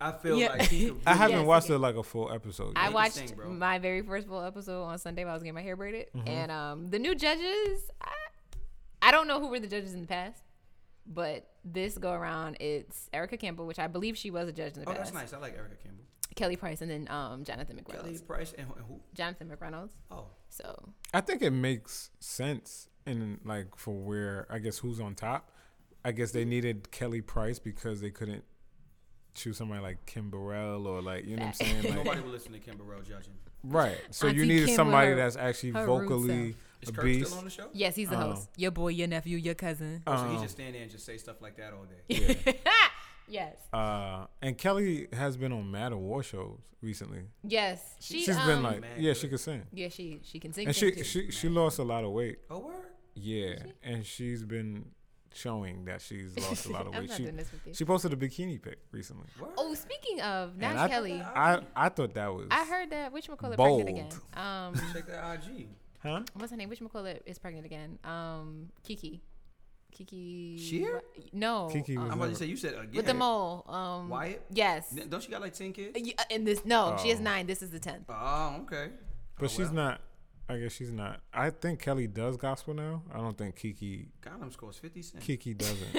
Speaker 5: I feel
Speaker 4: Yeah.
Speaker 5: like he could.
Speaker 3: I
Speaker 5: really-
Speaker 3: haven't
Speaker 4: Yes,
Speaker 3: watched
Speaker 4: okay.
Speaker 3: it like a full episode.
Speaker 4: I
Speaker 5: Make it
Speaker 4: watched
Speaker 5: sing, bro. Mm-hmm.
Speaker 4: my very first full episode on Sunday while I was getting my hair braided, and um, the new judges. I, I don't know who were the judges in the past, but this go around, it's Erica Campbell, which I believe she was a judge in the
Speaker 5: Oh,
Speaker 4: past.
Speaker 5: that's nice. I like Erica Campbell.
Speaker 4: Kelly Price, and then um, Jonathan McReynolds.
Speaker 5: Kelly Price and who- and who?
Speaker 4: Jonathan McReynolds.
Speaker 5: Oh,
Speaker 4: So
Speaker 3: I think it makes sense in like for where I guess who's on top. I guess they needed Kelly Price because they couldn't choose somebody like Kim Burrell or like you know what I'm saying. Like,
Speaker 5: nobody will listen to Kim Burrell judging.
Speaker 3: right. So you
Speaker 4: Auntie
Speaker 3: needed
Speaker 4: Kim with
Speaker 3: somebody
Speaker 4: her-
Speaker 3: that's actually
Speaker 4: her rude
Speaker 3: vocally
Speaker 5: Is
Speaker 3: a
Speaker 5: Kirk
Speaker 3: beast.
Speaker 5: still on the show?
Speaker 4: yes, he's the
Speaker 3: Oh.
Speaker 4: host. Your boy, your nephew, your cousin.
Speaker 5: Oh, so he
Speaker 3: Um,
Speaker 5: just stand there and just say stuff like that all day.
Speaker 4: Yes,
Speaker 3: uh, and Kelly has been on Mad War shows recently.
Speaker 4: yes. She,
Speaker 3: She's
Speaker 4: um,
Speaker 3: been like,
Speaker 5: Mad
Speaker 3: yeah,
Speaker 5: good.
Speaker 3: she could sing,
Speaker 4: yeah, she she can sing.
Speaker 3: and
Speaker 4: sing
Speaker 3: she
Speaker 4: too.
Speaker 3: she she lost a lot of weight.
Speaker 5: Oh, word.
Speaker 3: Yeah, and she's been showing that she's lost a lot of
Speaker 4: I'm
Speaker 3: weight.
Speaker 4: not
Speaker 3: she
Speaker 4: doing this with you.
Speaker 3: she posted a bikini pic recently.
Speaker 5: Word.
Speaker 4: oh, speaking of
Speaker 3: And
Speaker 4: not
Speaker 3: I-
Speaker 4: Kelly.
Speaker 3: I, I thought that was
Speaker 4: I heard that which McCullough
Speaker 3: Bold.
Speaker 4: pregnant again. Um,
Speaker 5: Check that IG.
Speaker 3: huh?
Speaker 4: what's her name? Which McCullough is pregnant again? Um, Kiki. Kiki.
Speaker 5: Shear?
Speaker 4: Wi- No.
Speaker 3: Kiki was
Speaker 4: um,
Speaker 5: I'm about to say you said again.
Speaker 4: with the mole. Um,
Speaker 5: Wyatt?
Speaker 4: Yes. Uh,
Speaker 5: N- Don't she got like ten kids?
Speaker 4: Yeah, And this no, she has
Speaker 3: Oh.
Speaker 4: nine. This is the tenth.
Speaker 5: Oh, okay.
Speaker 3: But she's not. I guess she's not. I think Kelly does gospel now. I don't think Kiki
Speaker 5: Gollum scores fifty cents.
Speaker 3: Kiki doesn't.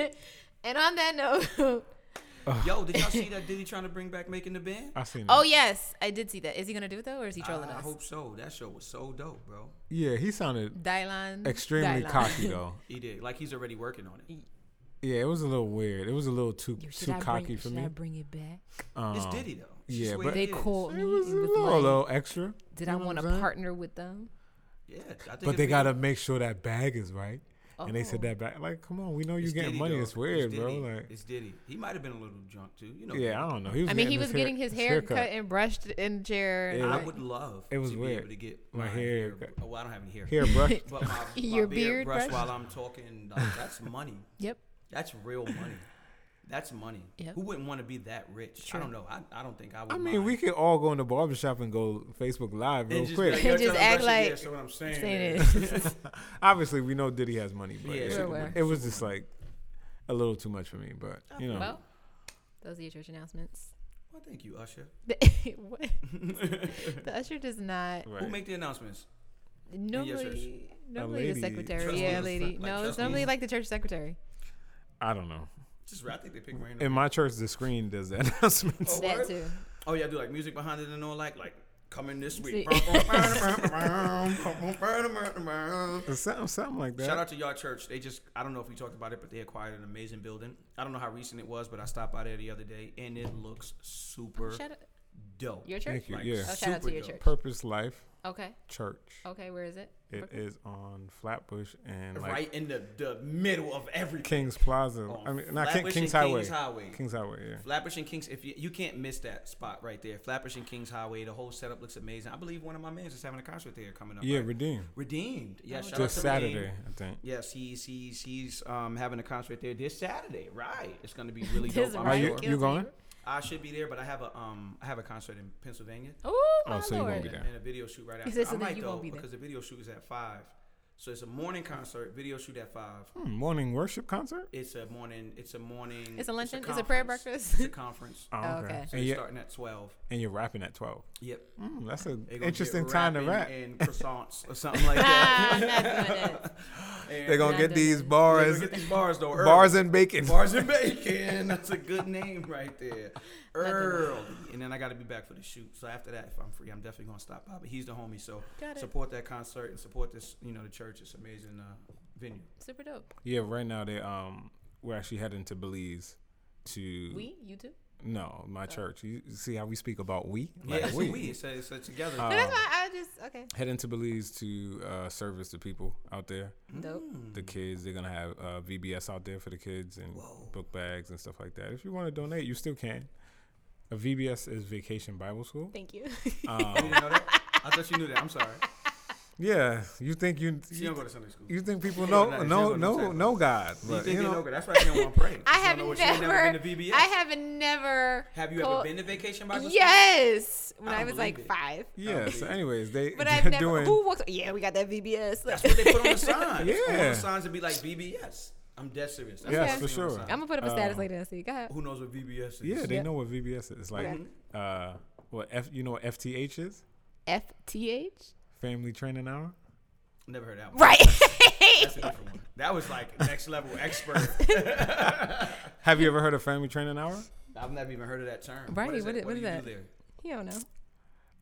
Speaker 4: And on that note,
Speaker 5: Yo, did y'all see that Diddy trying to bring back making the band?
Speaker 3: I seen.
Speaker 4: oh
Speaker 3: that.
Speaker 4: yes, I did see that. Is he gonna do it though, or is he
Speaker 5: I,
Speaker 4: trolling
Speaker 5: I
Speaker 4: us?
Speaker 5: hope so. That show was so dope, bro.
Speaker 3: yeah. He sounded
Speaker 4: Dylan.
Speaker 3: extremely
Speaker 4: Dylan.
Speaker 3: cocky though.
Speaker 5: He did. Like he's already working on it.
Speaker 3: Yeah, it was a little weird. It was a little too
Speaker 4: Yo, should
Speaker 3: too
Speaker 4: I
Speaker 3: cocky
Speaker 4: bring,
Speaker 3: for
Speaker 4: should I
Speaker 3: me.
Speaker 4: bring it back?
Speaker 5: It's
Speaker 3: Um,
Speaker 5: Diddy though. It's
Speaker 3: yeah,
Speaker 5: just the way
Speaker 3: but-
Speaker 5: it
Speaker 4: They
Speaker 5: is.
Speaker 4: called me
Speaker 3: It was a
Speaker 4: with
Speaker 3: little, a
Speaker 4: money.
Speaker 3: little extra.
Speaker 4: Did
Speaker 3: you
Speaker 4: I
Speaker 3: know what
Speaker 4: want to
Speaker 3: I'm saying?
Speaker 4: partner with them?
Speaker 5: Yeah, I think
Speaker 3: But
Speaker 5: it's
Speaker 3: they
Speaker 5: because-
Speaker 3: gotta make sure that bag is right. And they
Speaker 4: Oh.
Speaker 3: said that back. Like, come on, we know you
Speaker 5: it's
Speaker 3: getting
Speaker 5: Diddy,
Speaker 3: money.
Speaker 5: though.
Speaker 3: It's weird, bro.
Speaker 5: Diddy.
Speaker 3: Like,
Speaker 5: it's Diddy. He might have been a little drunk too. You know.
Speaker 3: yeah, I don't know. He was
Speaker 4: I mean,
Speaker 3: getting
Speaker 4: he was getting his hair cut and brushed in the chair.
Speaker 3: Yeah.
Speaker 4: and,
Speaker 5: I
Speaker 4: like-
Speaker 5: would love.
Speaker 3: It was
Speaker 5: to Be
Speaker 3: weird.
Speaker 5: able to get
Speaker 3: My
Speaker 5: my
Speaker 3: hair
Speaker 5: hair.
Speaker 3: got-
Speaker 5: Oh, well, I don't have any hair.
Speaker 3: hair brush.
Speaker 5: But my, my
Speaker 4: Your
Speaker 5: beard,
Speaker 4: beard
Speaker 5: brushed
Speaker 4: brushed?
Speaker 5: while I'm talking. Like, that's money.
Speaker 4: Yep.
Speaker 5: That's real money. That's money.
Speaker 4: Yep.
Speaker 5: Who wouldn't want to be that rich? I don't know. I, I don't think I would.
Speaker 3: I mean, we
Speaker 5: mind.
Speaker 3: could all go in the barbershop and go Facebook Live
Speaker 5: And
Speaker 3: real
Speaker 5: just be
Speaker 3: quick.
Speaker 5: like, yo,
Speaker 4: Just
Speaker 5: tell them
Speaker 4: act
Speaker 5: brush your hair,
Speaker 4: like-
Speaker 5: So what I'm saying.
Speaker 4: saying
Speaker 5: is-
Speaker 3: Obviously, we know Diddy has money, but
Speaker 5: Yeah,
Speaker 3: it-
Speaker 5: Sure,
Speaker 4: where.
Speaker 3: it was just like a little too much for me. But you know,
Speaker 4: Well, those are your church announcements.
Speaker 5: Well, thank you, Usher.
Speaker 4: what? the usher does not
Speaker 5: Who make the announcements?
Speaker 4: normally. Normally
Speaker 3: lady.
Speaker 4: the secretary,
Speaker 5: Trust
Speaker 4: yeah,
Speaker 5: me.
Speaker 4: lady.
Speaker 5: Like,
Speaker 4: no, it's
Speaker 5: trust
Speaker 4: normally
Speaker 5: me.
Speaker 4: like the church secretary.
Speaker 3: I don't know.
Speaker 5: Just I think they pick
Speaker 3: In
Speaker 5: random.
Speaker 3: my church, the screen does the announcements.
Speaker 5: Oh,
Speaker 4: that
Speaker 5: word?
Speaker 4: too.
Speaker 5: Oh yeah, do like music behind it and all like like. Coming this
Speaker 4: See.
Speaker 5: week. Shout
Speaker 3: Something, something like that.
Speaker 5: Oh. out to y'all church. They just I don't know if we talked about it, but they acquired an amazing building. I don't know how recent it was, but I stopped by there the other day and it looks super
Speaker 4: Shout out,
Speaker 5: dope.
Speaker 4: your church?
Speaker 3: Thank you.
Speaker 5: Like,
Speaker 3: yeah.
Speaker 4: Oh, shout out
Speaker 5: super
Speaker 4: to your
Speaker 5: dope.
Speaker 4: church.
Speaker 3: Purpose Life
Speaker 4: Okay.
Speaker 3: Church.
Speaker 4: Okay, where is it?
Speaker 3: It is on Flatbush and like
Speaker 5: right in the, the middle of everything.
Speaker 3: Kings Plaza.
Speaker 5: On
Speaker 3: I mean, not King,
Speaker 5: Flatbush
Speaker 3: Kings,
Speaker 5: and
Speaker 3: Highway.
Speaker 5: Kings Highway.
Speaker 3: Kings Highway. Yeah.
Speaker 5: Flappish and Kings, if you, you can't miss that spot right there. Flappish and Kings Highway, the whole setup looks amazing. I believe one of my mans is having a concert there coming up.
Speaker 3: Yeah.
Speaker 5: right?
Speaker 3: Redeem.
Speaker 5: redeemed. Yeah, shout
Speaker 3: This
Speaker 5: out to
Speaker 3: Oh, Saturday,
Speaker 5: Redeemed.
Speaker 3: I think.
Speaker 5: Yes, he's he's he's um having a concert there this Saturday. Right, it's gonna be really
Speaker 4: This
Speaker 5: dope. I'm
Speaker 3: Are you
Speaker 5: sure.
Speaker 4: Right.
Speaker 3: you going?
Speaker 5: I should be there, but I have a um I have a concert in Pennsylvania
Speaker 4: Oh, my
Speaker 3: Oh, so you won't
Speaker 4: lord.
Speaker 3: be there.
Speaker 5: and a video shoot right after.
Speaker 4: said so
Speaker 5: I
Speaker 4: that
Speaker 5: might
Speaker 4: you
Speaker 5: go
Speaker 4: won't be there.
Speaker 5: because the video shoot is at five, so it's a morning concert. Video shoot at five.
Speaker 3: Hmm, morning worship concert.
Speaker 5: It's a morning. It's a morning.
Speaker 4: It's a luncheon? It's a prayer
Speaker 5: conference.
Speaker 4: breakfast?
Speaker 5: It's a conference.
Speaker 3: Oh,
Speaker 4: Oh,
Speaker 3: okay.
Speaker 4: okay.
Speaker 5: So
Speaker 3: And
Speaker 5: it's
Speaker 3: you're
Speaker 5: starting at twelve.
Speaker 3: and you're rapping at twelve.
Speaker 5: Yep.
Speaker 3: Mm, that's an
Speaker 5: They gonna get
Speaker 3: interesting time to
Speaker 5: rapping
Speaker 3: rap.
Speaker 5: and croissants or something like
Speaker 4: Ah,
Speaker 5: that.
Speaker 4: I'm not doing it.
Speaker 5: And
Speaker 3: They're gonna
Speaker 4: Not
Speaker 3: get
Speaker 4: done
Speaker 3: these
Speaker 4: yet.
Speaker 5: they gonna
Speaker 3: bars,
Speaker 5: get these bars though. early.
Speaker 3: bars and bacon.
Speaker 5: Bars and bacon. That's a good name right there. Early. And then I got to be back for the shoot. So after that, if I'm free, I'm definitely gonna stop by. But he's the homie, so
Speaker 4: Got it.
Speaker 5: support that concert and support this. You know, the church. It's amazing uh, venue.
Speaker 4: Super dope.
Speaker 3: Yeah, right now they um we're actually heading to Belize to
Speaker 4: We, you too.
Speaker 3: no my church. You you see how we speak about we?
Speaker 5: Uh. yeah, it's
Speaker 3: we. Uh,
Speaker 5: a we. It's a, it's a together.
Speaker 4: No, that's why I just okay.
Speaker 3: Heading to Belize to uh, service the people out there,
Speaker 4: Dope.
Speaker 5: Mm.
Speaker 3: the kids. They're gonna have uh, VBS out there for the kids and book bags and stuff like that. If you want to donate, you still can. A VBS is Vacation Bible School.
Speaker 4: Thank you.
Speaker 5: You didn't know that? I thought you knew that. I'm sorry.
Speaker 3: Yeah, you think you
Speaker 5: She don't
Speaker 3: you,
Speaker 5: go to Sunday school.
Speaker 3: you think people
Speaker 5: Yeah,
Speaker 3: know
Speaker 5: no, she
Speaker 3: no
Speaker 5: don't know
Speaker 3: no no
Speaker 5: exactly.
Speaker 3: God,
Speaker 5: You
Speaker 3: but
Speaker 5: think
Speaker 3: you
Speaker 5: they know,
Speaker 3: know
Speaker 5: but that's why she don't want to pray.
Speaker 4: I
Speaker 5: She don't
Speaker 4: have
Speaker 5: know
Speaker 4: never,
Speaker 5: what- she ain't never been to VBS.
Speaker 4: I have never.
Speaker 5: Have you
Speaker 4: called-
Speaker 5: ever been to Vacation Bible School?
Speaker 4: Yes, when
Speaker 5: I
Speaker 4: I,
Speaker 5: don't
Speaker 4: was like
Speaker 5: believe it.
Speaker 4: five.
Speaker 3: yeah. So anyways, they
Speaker 4: But
Speaker 3: they're
Speaker 4: I've never.
Speaker 3: doing
Speaker 4: Who walks? Yeah, we got that VBS.
Speaker 5: That's what they put on the signs. On
Speaker 3: Yeah.
Speaker 5: the signs would be like VBS. I'm dead serious. That's
Speaker 3: Yes, for
Speaker 5: what I see on the
Speaker 3: sure.
Speaker 5: sign.
Speaker 4: I'm gonna put up a
Speaker 5: Oh.
Speaker 4: status later and see. Go ahead.
Speaker 5: Who knows what VBS is?
Speaker 3: Yeah, they
Speaker 4: Yep.
Speaker 3: know what VBS is. It's like,
Speaker 4: Okay.
Speaker 3: uh, what F? You know what FTH is?
Speaker 4: FTH.
Speaker 3: Family Training Hour.
Speaker 5: Never heard that one.
Speaker 4: Right.
Speaker 5: That's a different one. That was like next level expert.
Speaker 3: Have you ever heard of Family Training Hour?
Speaker 5: I've never even heard of that term.
Speaker 4: Right, what
Speaker 5: that?
Speaker 4: is- what is
Speaker 5: do you
Speaker 4: that?
Speaker 5: do there?
Speaker 4: you don't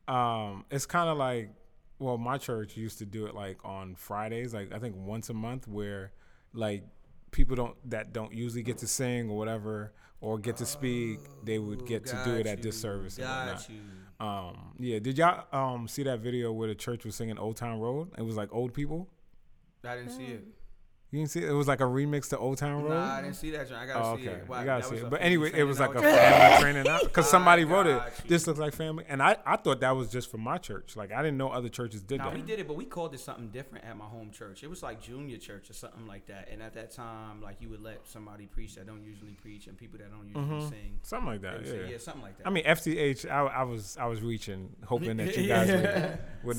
Speaker 4: know.
Speaker 3: Um, it's kind of like, well, my church used to do it like on Fridays, like I think once a month, where like people don't that don't usually get to sing or whatever or get to speak, they would get to do
Speaker 5: Got
Speaker 3: it at this
Speaker 5: you,
Speaker 3: service and
Speaker 5: Got
Speaker 3: whatnot.
Speaker 5: you.
Speaker 3: Um, yeah. Did y'all um see that video where the church was singing Old Town Road? It was like old people.
Speaker 5: I didn't see it.
Speaker 3: You didn't see it? It was like a remix to Old Town Road.
Speaker 5: Nah, I didn't see that. John. I gotta
Speaker 3: Oh,
Speaker 5: see
Speaker 3: okay,
Speaker 5: it. Wow,
Speaker 3: you gotta
Speaker 5: that
Speaker 3: see
Speaker 5: was
Speaker 3: it.
Speaker 5: a
Speaker 3: But
Speaker 5: funny
Speaker 3: anyway, it
Speaker 5: thing.
Speaker 3: was
Speaker 5: That
Speaker 3: like a family training out because somebody wrote it.
Speaker 5: got you.
Speaker 3: This looks like family, and I, I thought that was just for my church. Like I didn't know other churches did
Speaker 5: Now
Speaker 3: that.
Speaker 5: we did it, but we called it something different at my home church. It was like junior church or something like that. And at that time, like you would let somebody preach that don't usually preach and people that don't usually sing.
Speaker 3: Something like
Speaker 5: They
Speaker 3: that.
Speaker 5: would
Speaker 3: Mm-hmm. Yeah.
Speaker 5: say, yeah, something like that.
Speaker 3: I mean, FTH. I, I was I was reaching, hoping that you guys would,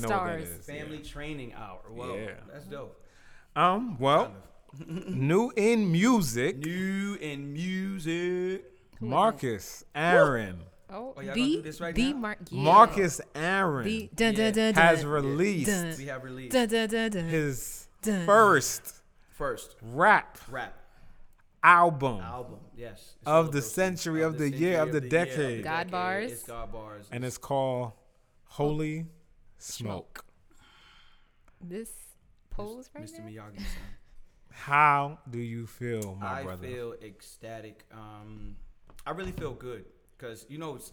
Speaker 3: would know what that
Speaker 4: Stars.
Speaker 3: is. yeah.
Speaker 5: Family training hour. Whoa,
Speaker 3: Yeah.
Speaker 5: that's dope.
Speaker 3: Um. Well, new in music,
Speaker 5: New in music.
Speaker 3: Marcus Aaron.
Speaker 4: Oh,
Speaker 5: Oh, y'all gonna
Speaker 4: the
Speaker 5: do this right
Speaker 4: the
Speaker 5: now?
Speaker 4: mark. Yeah.
Speaker 3: Marcus Aaron
Speaker 4: The dun dun dun dun.
Speaker 3: has released
Speaker 4: dun.
Speaker 5: We have released
Speaker 4: Dun dun dun dun.
Speaker 3: his
Speaker 4: Dun.
Speaker 3: first
Speaker 5: first
Speaker 3: rap
Speaker 5: rap
Speaker 3: album.
Speaker 5: album. Yes, It's
Speaker 3: Of
Speaker 5: all
Speaker 3: the
Speaker 5: those things.
Speaker 3: century, of the year,
Speaker 5: century,
Speaker 3: of the
Speaker 5: year, of
Speaker 3: decade.
Speaker 4: God
Speaker 5: decade.
Speaker 4: bars.
Speaker 5: It's God bars.
Speaker 3: and it's called Holy Smoke.
Speaker 4: This pose right
Speaker 5: Mr.
Speaker 4: now.
Speaker 5: Miyagi. son.
Speaker 3: How do you feel, my
Speaker 5: I
Speaker 3: brother?
Speaker 5: feel ecstatic. Um, I really feel good because you know, it's,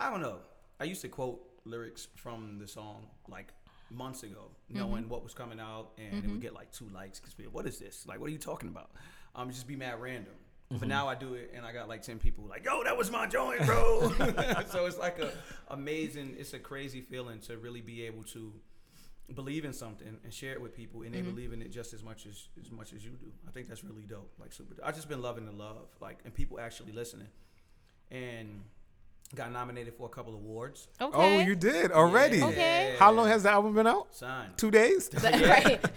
Speaker 5: I don't know. I used to quote lyrics from the song like months ago, knowing what was coming out, and it would get like two likes because what is this? Like, what are you talking about? Um, just be mad random.
Speaker 3: Mm-hmm.
Speaker 5: But now I do it, and I got like ten people like, "Yo, that was my joint, bro." so it's like a amazing. It's a crazy feeling to really be able to believe in something and share it with people,
Speaker 4: Mm-hmm.
Speaker 5: and they believe in it just as much as as much as you do. I think that's really dope. Like super. I've just been loving the love, like, and people actually listening, and got nominated for a couple awards.
Speaker 3: Oh,
Speaker 4: Okay.
Speaker 3: you did already.
Speaker 5: Yeah.
Speaker 4: Okay.
Speaker 3: How long has the album been out?
Speaker 5: Son.
Speaker 3: Two days.
Speaker 4: right.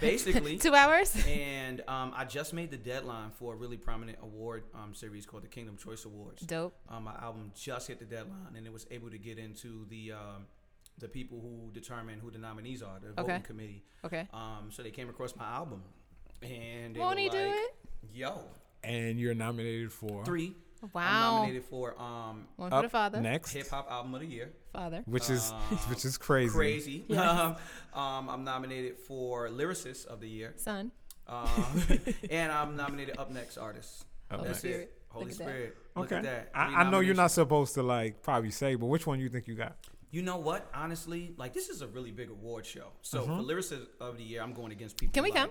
Speaker 5: Basically.
Speaker 4: Two hours.
Speaker 5: and um, I just made the deadline for a really prominent award um, series called the Kingdom Choice Awards.
Speaker 4: Dope.
Speaker 5: Um, my album just hit the deadline, and it was able to get into the um, the people who determine who the nominees are, the
Speaker 4: Okay.
Speaker 5: voting committee.
Speaker 4: Okay.
Speaker 5: Um, so they came across my album, and they
Speaker 4: Won't
Speaker 5: were
Speaker 4: he do
Speaker 5: like,
Speaker 4: it?
Speaker 5: Yo,
Speaker 3: And you're nominated for
Speaker 5: three I'm
Speaker 4: Wow.
Speaker 5: nominated for um
Speaker 4: One for
Speaker 3: Up
Speaker 4: the father.
Speaker 3: next,
Speaker 5: hip hop album of the year.
Speaker 4: Father.
Speaker 3: which is which is crazy.
Speaker 5: Crazy.
Speaker 4: Yes.
Speaker 5: Um, um, I'm nominated for lyricist of the year,
Speaker 4: Son.
Speaker 5: um, and I'm nominated up next artist.
Speaker 3: Up
Speaker 5: That's
Speaker 4: Next.
Speaker 5: it.
Speaker 4: Spirit.
Speaker 5: Holy
Speaker 4: Look at that.
Speaker 5: Spirit. Look
Speaker 3: Okay,
Speaker 5: at that. Three
Speaker 3: I, I know you're
Speaker 5: nominations.
Speaker 3: not supposed to like probably say, but which one you think you got?
Speaker 5: You know what? Honestly, like this is a really big award show. So
Speaker 3: Uh-huh.
Speaker 5: for lyricist of the year, I'm going against people.
Speaker 4: Can we
Speaker 5: like-
Speaker 4: come?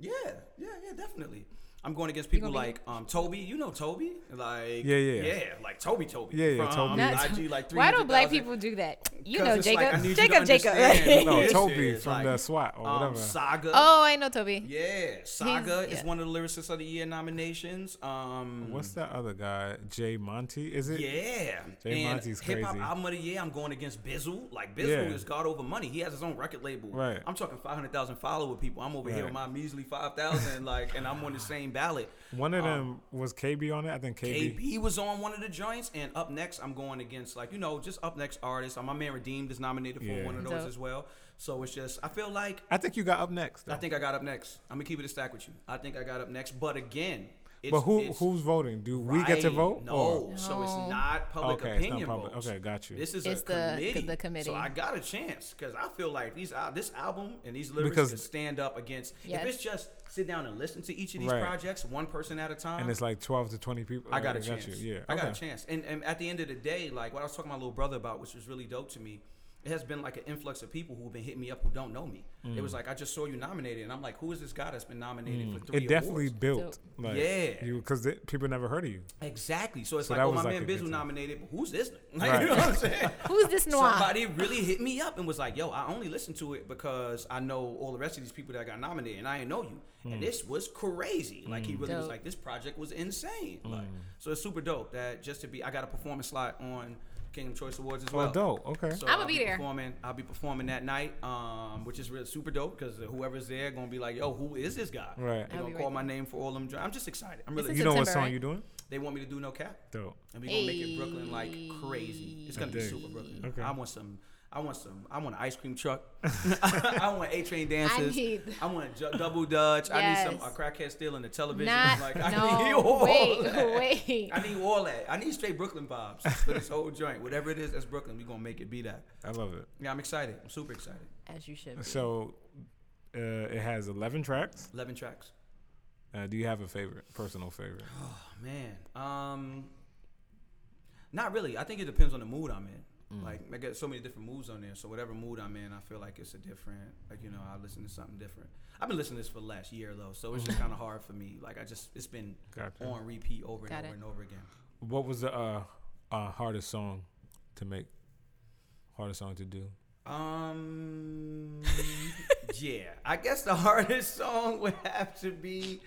Speaker 5: Yeah, yeah, yeah, definitely. I'm going against people
Speaker 4: gonna be-
Speaker 5: like um Toby. You know Toby, like
Speaker 3: Yeah, yeah.
Speaker 5: yeah, like Toby, Toby.
Speaker 3: Yeah, yeah,
Speaker 5: from
Speaker 3: Toby.
Speaker 5: IG,
Speaker 4: Not-
Speaker 5: like
Speaker 4: Why don't black
Speaker 5: 300,000.
Speaker 4: people do that? You
Speaker 5: 'Cause
Speaker 4: know,
Speaker 5: it's like, I
Speaker 4: Jacob.
Speaker 5: need you to
Speaker 4: Jacob, Jacob.
Speaker 5: understand who
Speaker 3: No,
Speaker 5: this
Speaker 3: Toby
Speaker 5: is,
Speaker 3: from
Speaker 5: like,
Speaker 3: the SWAT or
Speaker 5: um,
Speaker 3: whatever.
Speaker 5: Saga.
Speaker 4: oh, I know Toby.
Speaker 5: Yeah, Saga
Speaker 4: He's-
Speaker 5: is
Speaker 4: yeah.
Speaker 5: one of the lyricists of the year nominations. Um,
Speaker 3: What's that other guy? Jay Monty, is it?
Speaker 5: yeah,
Speaker 3: Jay
Speaker 5: and
Speaker 3: Monty's
Speaker 5: hip hop
Speaker 3: crazy.
Speaker 5: album of the year. I'm going against Bizzle. Like Bizzle
Speaker 3: Yeah.
Speaker 5: is God over money. He has his own record label.
Speaker 3: Right.
Speaker 5: I'm talking 500,000 follower people. I'm over here with
Speaker 3: Right.
Speaker 5: my measly 5,000. like, and I'm on the same ballot.
Speaker 3: One
Speaker 5: Um,
Speaker 3: of them was KB on it. I think KB.
Speaker 5: AP was on one of the joints, and up next, I'm going against like you know just up next artists. Uh, My man Redeemed is nominated for
Speaker 3: Yeah.
Speaker 5: one of those
Speaker 4: Dope.
Speaker 5: as well. So it's just I feel like
Speaker 3: I think you got up next. Though.
Speaker 5: I think I got up next. I'm gonna keep it a stack with you. I think I got up next, but again, it's,
Speaker 3: but who
Speaker 5: it's-
Speaker 3: who's voting? Do we get to
Speaker 5: Right.
Speaker 3: vote?
Speaker 5: No,
Speaker 3: or-
Speaker 5: so
Speaker 4: No.
Speaker 5: it's not public
Speaker 3: Okay, it's not
Speaker 5: opinion
Speaker 3: public.
Speaker 5: votes.
Speaker 3: Okay, got you.
Speaker 5: This is
Speaker 4: It's
Speaker 5: a
Speaker 4: the-
Speaker 5: committee.
Speaker 4: the committee.
Speaker 5: So I got a chance because I feel like these uh, this album and these lyrics
Speaker 3: Because-
Speaker 5: can stand up against.
Speaker 4: Yes.
Speaker 5: If it's just sit down and listen to each of these
Speaker 3: Right.
Speaker 5: projects one person at a time,
Speaker 3: and it's
Speaker 4: Uh-huh.
Speaker 3: like twelve to twenty people.
Speaker 5: I got
Speaker 3: Okay,
Speaker 5: a chance.
Speaker 3: You. Yeah,
Speaker 5: I got a
Speaker 3: okay.
Speaker 5: chance. And, and at the end of the day, like what I was talking to my little brother about, which was really dope to me, it has been like an influx of people who've been hitting me up who don't know me. It was like I just saw you nominated, and I'm like, who is this guy that's been nominated for three
Speaker 3: Mm. It definitely
Speaker 5: awards?
Speaker 3: built. Like,
Speaker 5: Yeah.
Speaker 3: because people never heard of you.
Speaker 5: Exactly. So it's
Speaker 3: So
Speaker 5: like,
Speaker 3: that
Speaker 5: oh,
Speaker 3: was
Speaker 5: my
Speaker 3: like
Speaker 5: man
Speaker 3: a good
Speaker 5: Bizzle
Speaker 3: thing.
Speaker 5: nominated, but who's this? Like,
Speaker 3: Right.
Speaker 5: You know what I'm saying?
Speaker 4: Who's this noir?
Speaker 5: Somebody really hit me up and was like, "Yo, I only listened to it because I know all the rest of these people that got nominated, and I didn't know you."
Speaker 3: Hmm.
Speaker 5: And this was crazy. Like he really was
Speaker 4: Dope.
Speaker 5: like, "This project was insane." Like,
Speaker 3: Hmm.
Speaker 5: so it's super dope that just to be, I got a performance slot on Kingdom Choice Awards as
Speaker 3: Oh,
Speaker 5: well.
Speaker 3: dope. Okay.
Speaker 5: So
Speaker 4: I'ma
Speaker 5: I'll
Speaker 4: be there.
Speaker 5: Performing, I'll be performing that night, um, which is really super dope because whoever's there gonna be like, "Yo, who is this guy?"
Speaker 3: Right.
Speaker 5: They're
Speaker 4: I'll
Speaker 5: gonna
Speaker 4: be
Speaker 5: call
Speaker 4: right
Speaker 5: my name for all them. dr- I'm just excited. I'm really.
Speaker 4: It's
Speaker 3: you know what
Speaker 4: September,
Speaker 3: song
Speaker 4: right?
Speaker 3: you doing?
Speaker 5: They want me to do no cap
Speaker 3: Dope.
Speaker 5: and we gonna make it Brooklyn like crazy. It's gonna be
Speaker 3: dig.
Speaker 5: super Brooklyn.
Speaker 3: Okay.
Speaker 5: I want some. I want some. I want an ice cream truck. I want A Train dances. I,
Speaker 4: need-
Speaker 5: want ju- double Dutch. I need
Speaker 4: Yes.
Speaker 5: some a crackhead stealing the television.
Speaker 4: Not,
Speaker 5: like I need
Speaker 4: no,
Speaker 5: all
Speaker 4: wait,
Speaker 5: that.
Speaker 4: wait.
Speaker 5: I need all that. I need straight Brooklyn vibes for this whole joint. Whatever it is, that's Brooklyn. We gonna make it be that.
Speaker 3: I love it.
Speaker 5: Yeah, I'm excited. I'm super excited.
Speaker 4: As you should be.
Speaker 3: So, uh, it has eleven tracks.
Speaker 5: Eleven tracks.
Speaker 3: Uh, do you have a favorite, personal favorite?
Speaker 5: Man, um, not really. I think it depends on the mood I'm in. Like I get so many different moods on there, so whatever mood I'm in, I feel like it's a different. Like you know, I listen to something different. I've been listening to this for the last year though, so it's just kind of hard for me. Like I just, it's been
Speaker 3: Gotcha.
Speaker 5: on repeat over and
Speaker 4: Got
Speaker 5: over
Speaker 4: it.
Speaker 5: and over again.
Speaker 3: What was the uh, uh, hardest song to make? Hardest song to do?
Speaker 5: Um, yeah, I guess the hardest song would have to be,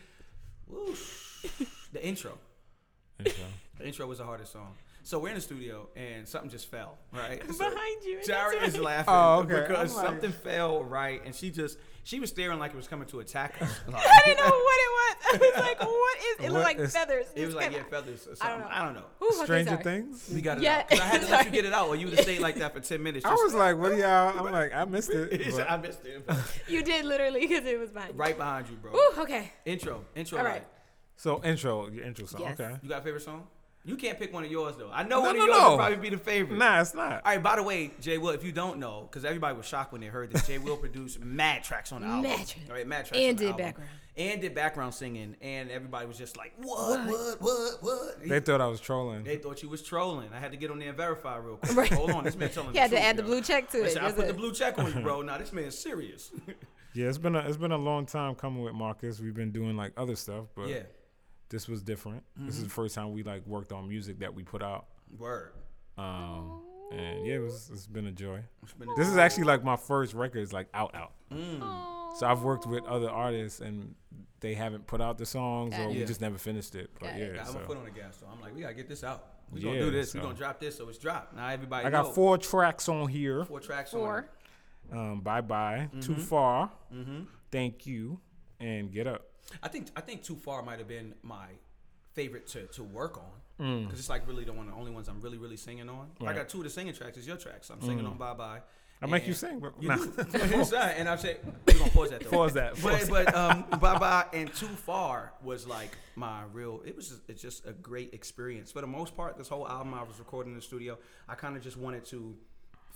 Speaker 5: whoosh, the intro.
Speaker 3: Intro.
Speaker 5: The intro was the hardest song. So we're in the studio and something just fell, right? So-
Speaker 4: Behind you.
Speaker 5: Jared is laughing
Speaker 3: Oh, okay.
Speaker 5: because
Speaker 3: I'm like-
Speaker 5: something fell right, and she just she was staring like it was coming to attack us. Like,
Speaker 4: I didn't know what it was. I was like, what is it?
Speaker 3: What
Speaker 4: Looked like
Speaker 3: is-
Speaker 4: feathers.
Speaker 5: it was like yeah, feathers or something. I don't know.
Speaker 4: Ooh, okay,
Speaker 3: Stranger
Speaker 4: sorry.
Speaker 3: Things.
Speaker 5: We got it
Speaker 4: Yeah,
Speaker 5: out. 'Cause I had to let you
Speaker 4: sorry.
Speaker 5: get it out, or you would have stayed like that for ten minutes.
Speaker 3: I
Speaker 5: just-
Speaker 3: was like, what do y'all? I'm like, I missed it.
Speaker 5: It's-
Speaker 3: but-
Speaker 5: I missed it.
Speaker 4: You did literally because it was mine.
Speaker 5: right behind you, bro.
Speaker 4: Ooh, okay.
Speaker 5: Intro, intro.
Speaker 4: All
Speaker 5: All
Speaker 4: right.
Speaker 5: right.
Speaker 3: So intro, your intro song.
Speaker 4: Yes.
Speaker 3: Okay.
Speaker 5: You got a favorite song? You can't pick one of yours though. I know
Speaker 3: No,
Speaker 5: one
Speaker 3: no,
Speaker 5: of yours
Speaker 3: no.
Speaker 5: would probably be the favorite.
Speaker 3: Nah, it's not.
Speaker 5: All right, by the way, Jay Will, if you don't know, because everybody was shocked when they heard this, Jay Will produced mad tracks on the album.
Speaker 4: Mad tracks.
Speaker 5: All right, mad tracks.
Speaker 4: And
Speaker 5: on the
Speaker 4: did
Speaker 5: album.
Speaker 4: background.
Speaker 5: And did background singing, and everybody was just like, what, what, what, what?
Speaker 3: They thought I was trolling.
Speaker 5: They thought you was trolling. I had to get on there and verify real quick.
Speaker 4: Right.
Speaker 5: Hold on, this man telling
Speaker 4: You had
Speaker 5: the
Speaker 4: to
Speaker 5: truth,
Speaker 4: add the
Speaker 5: yo.
Speaker 4: blue check to it.
Speaker 5: Listen, I
Speaker 4: Yes,
Speaker 5: put
Speaker 4: sir.
Speaker 5: the blue check on you, bro. Now this man's serious.
Speaker 3: Yeah, it's been a it's been a long time coming with Marcus. We've been doing like other stuff, but
Speaker 5: yeah, Mm-hmm.
Speaker 3: this was different. This is the first time we like worked on music that we put out.
Speaker 5: word.
Speaker 3: Um, and yeah, it was, it's been a joy.
Speaker 5: It's been a- Mm.
Speaker 3: This is actually like my first record is like out out. So I've worked with other artists and they haven't put out the songs or
Speaker 4: Got
Speaker 3: we
Speaker 5: it.
Speaker 3: just never finished it. But
Speaker 4: Got it.
Speaker 3: yeah,
Speaker 5: I'm gonna
Speaker 3: so.
Speaker 5: put on the gas, so I'm like, we gotta get this out. We
Speaker 3: Yeah,
Speaker 5: gonna do this.
Speaker 3: so-
Speaker 5: We gonna drop this, so it's dropped. Now everybody.
Speaker 3: I got
Speaker 5: know.
Speaker 3: four tracks on here.
Speaker 5: Four Mm-hmm. tracks. on
Speaker 4: Four.
Speaker 5: it.
Speaker 3: Um, bye bye, too far,
Speaker 5: Mm-hmm.
Speaker 3: thank you, and get up.
Speaker 5: I think I think too far might have been my favorite to to work on.
Speaker 3: Mm.
Speaker 5: because it's like really the one of the only ones I'm really really singing on. I got two of the singing tracks. It's your tracks. I'm singing on Bye Bye.
Speaker 3: Mm. I make you
Speaker 5: and-
Speaker 3: sing, bro.
Speaker 5: You
Speaker 3: Nah.
Speaker 5: do. That's right. And I said we're gonna pause that. Though.
Speaker 3: Pause that.
Speaker 5: But
Speaker 3: Pause
Speaker 5: but um, Bye Bye and Too Far was like my real. It was just, it's just a great experience. For the most part, this whole album I was recording in the studio. I kind of just wanted to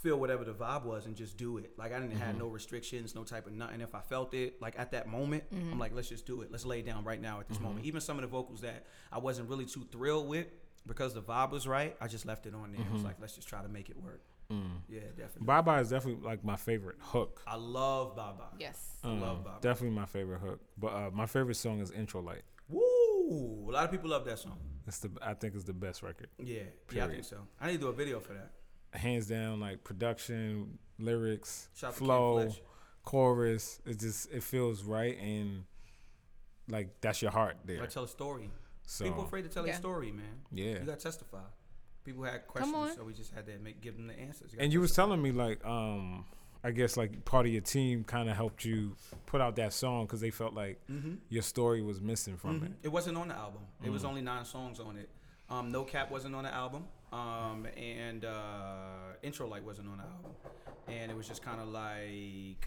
Speaker 5: feel whatever the vibe was and just do it. Like I didn't have no restrictions, no type of nothing. If I felt it, like at that moment, I'm like, let's just do it. Let's lay it down right now at this moment. Even some of the vocals that I wasn't really too thrilled with because the vibe was right, I just left it on there. It was like, let's just try to make it work. Yeah, definitely.
Speaker 3: Bye bye is definitely like my favorite hook.
Speaker 5: I love Baba.
Speaker 4: Yes.
Speaker 5: I love Baba.
Speaker 3: Definitely my favorite hook. But uh, my favorite song is Intro Light.
Speaker 5: Woo! A lot of people love that song.
Speaker 3: It's the I think it's the best record,
Speaker 5: Yeah, yeah, I think
Speaker 3: Period.
Speaker 5: so. I need to do a video for that.
Speaker 3: hands down. Like production, lyrics,
Speaker 5: Shout out to Ken
Speaker 3: flow,
Speaker 5: Fletch.
Speaker 3: chorus. It just it feels right and like that's your heart there.
Speaker 5: Like tell a story.
Speaker 3: So
Speaker 5: People afraid to tell
Speaker 4: Yeah.
Speaker 5: their story, man.
Speaker 3: Yeah.
Speaker 5: you got to testify. People had
Speaker 4: on.
Speaker 5: questions, so we just had to make, give them the answers. gotta
Speaker 3: and you was telling me like um I guess like part of your team kind of helped you put out that song because they felt like
Speaker 5: Mm-hmm.
Speaker 3: your story was missing from it.
Speaker 5: It wasn't on the album. It
Speaker 3: Mm.
Speaker 5: was only nine songs on it. Um, no Cap wasn't on the album, um, and uh, Intro Light wasn't on the album. And it was just kind of like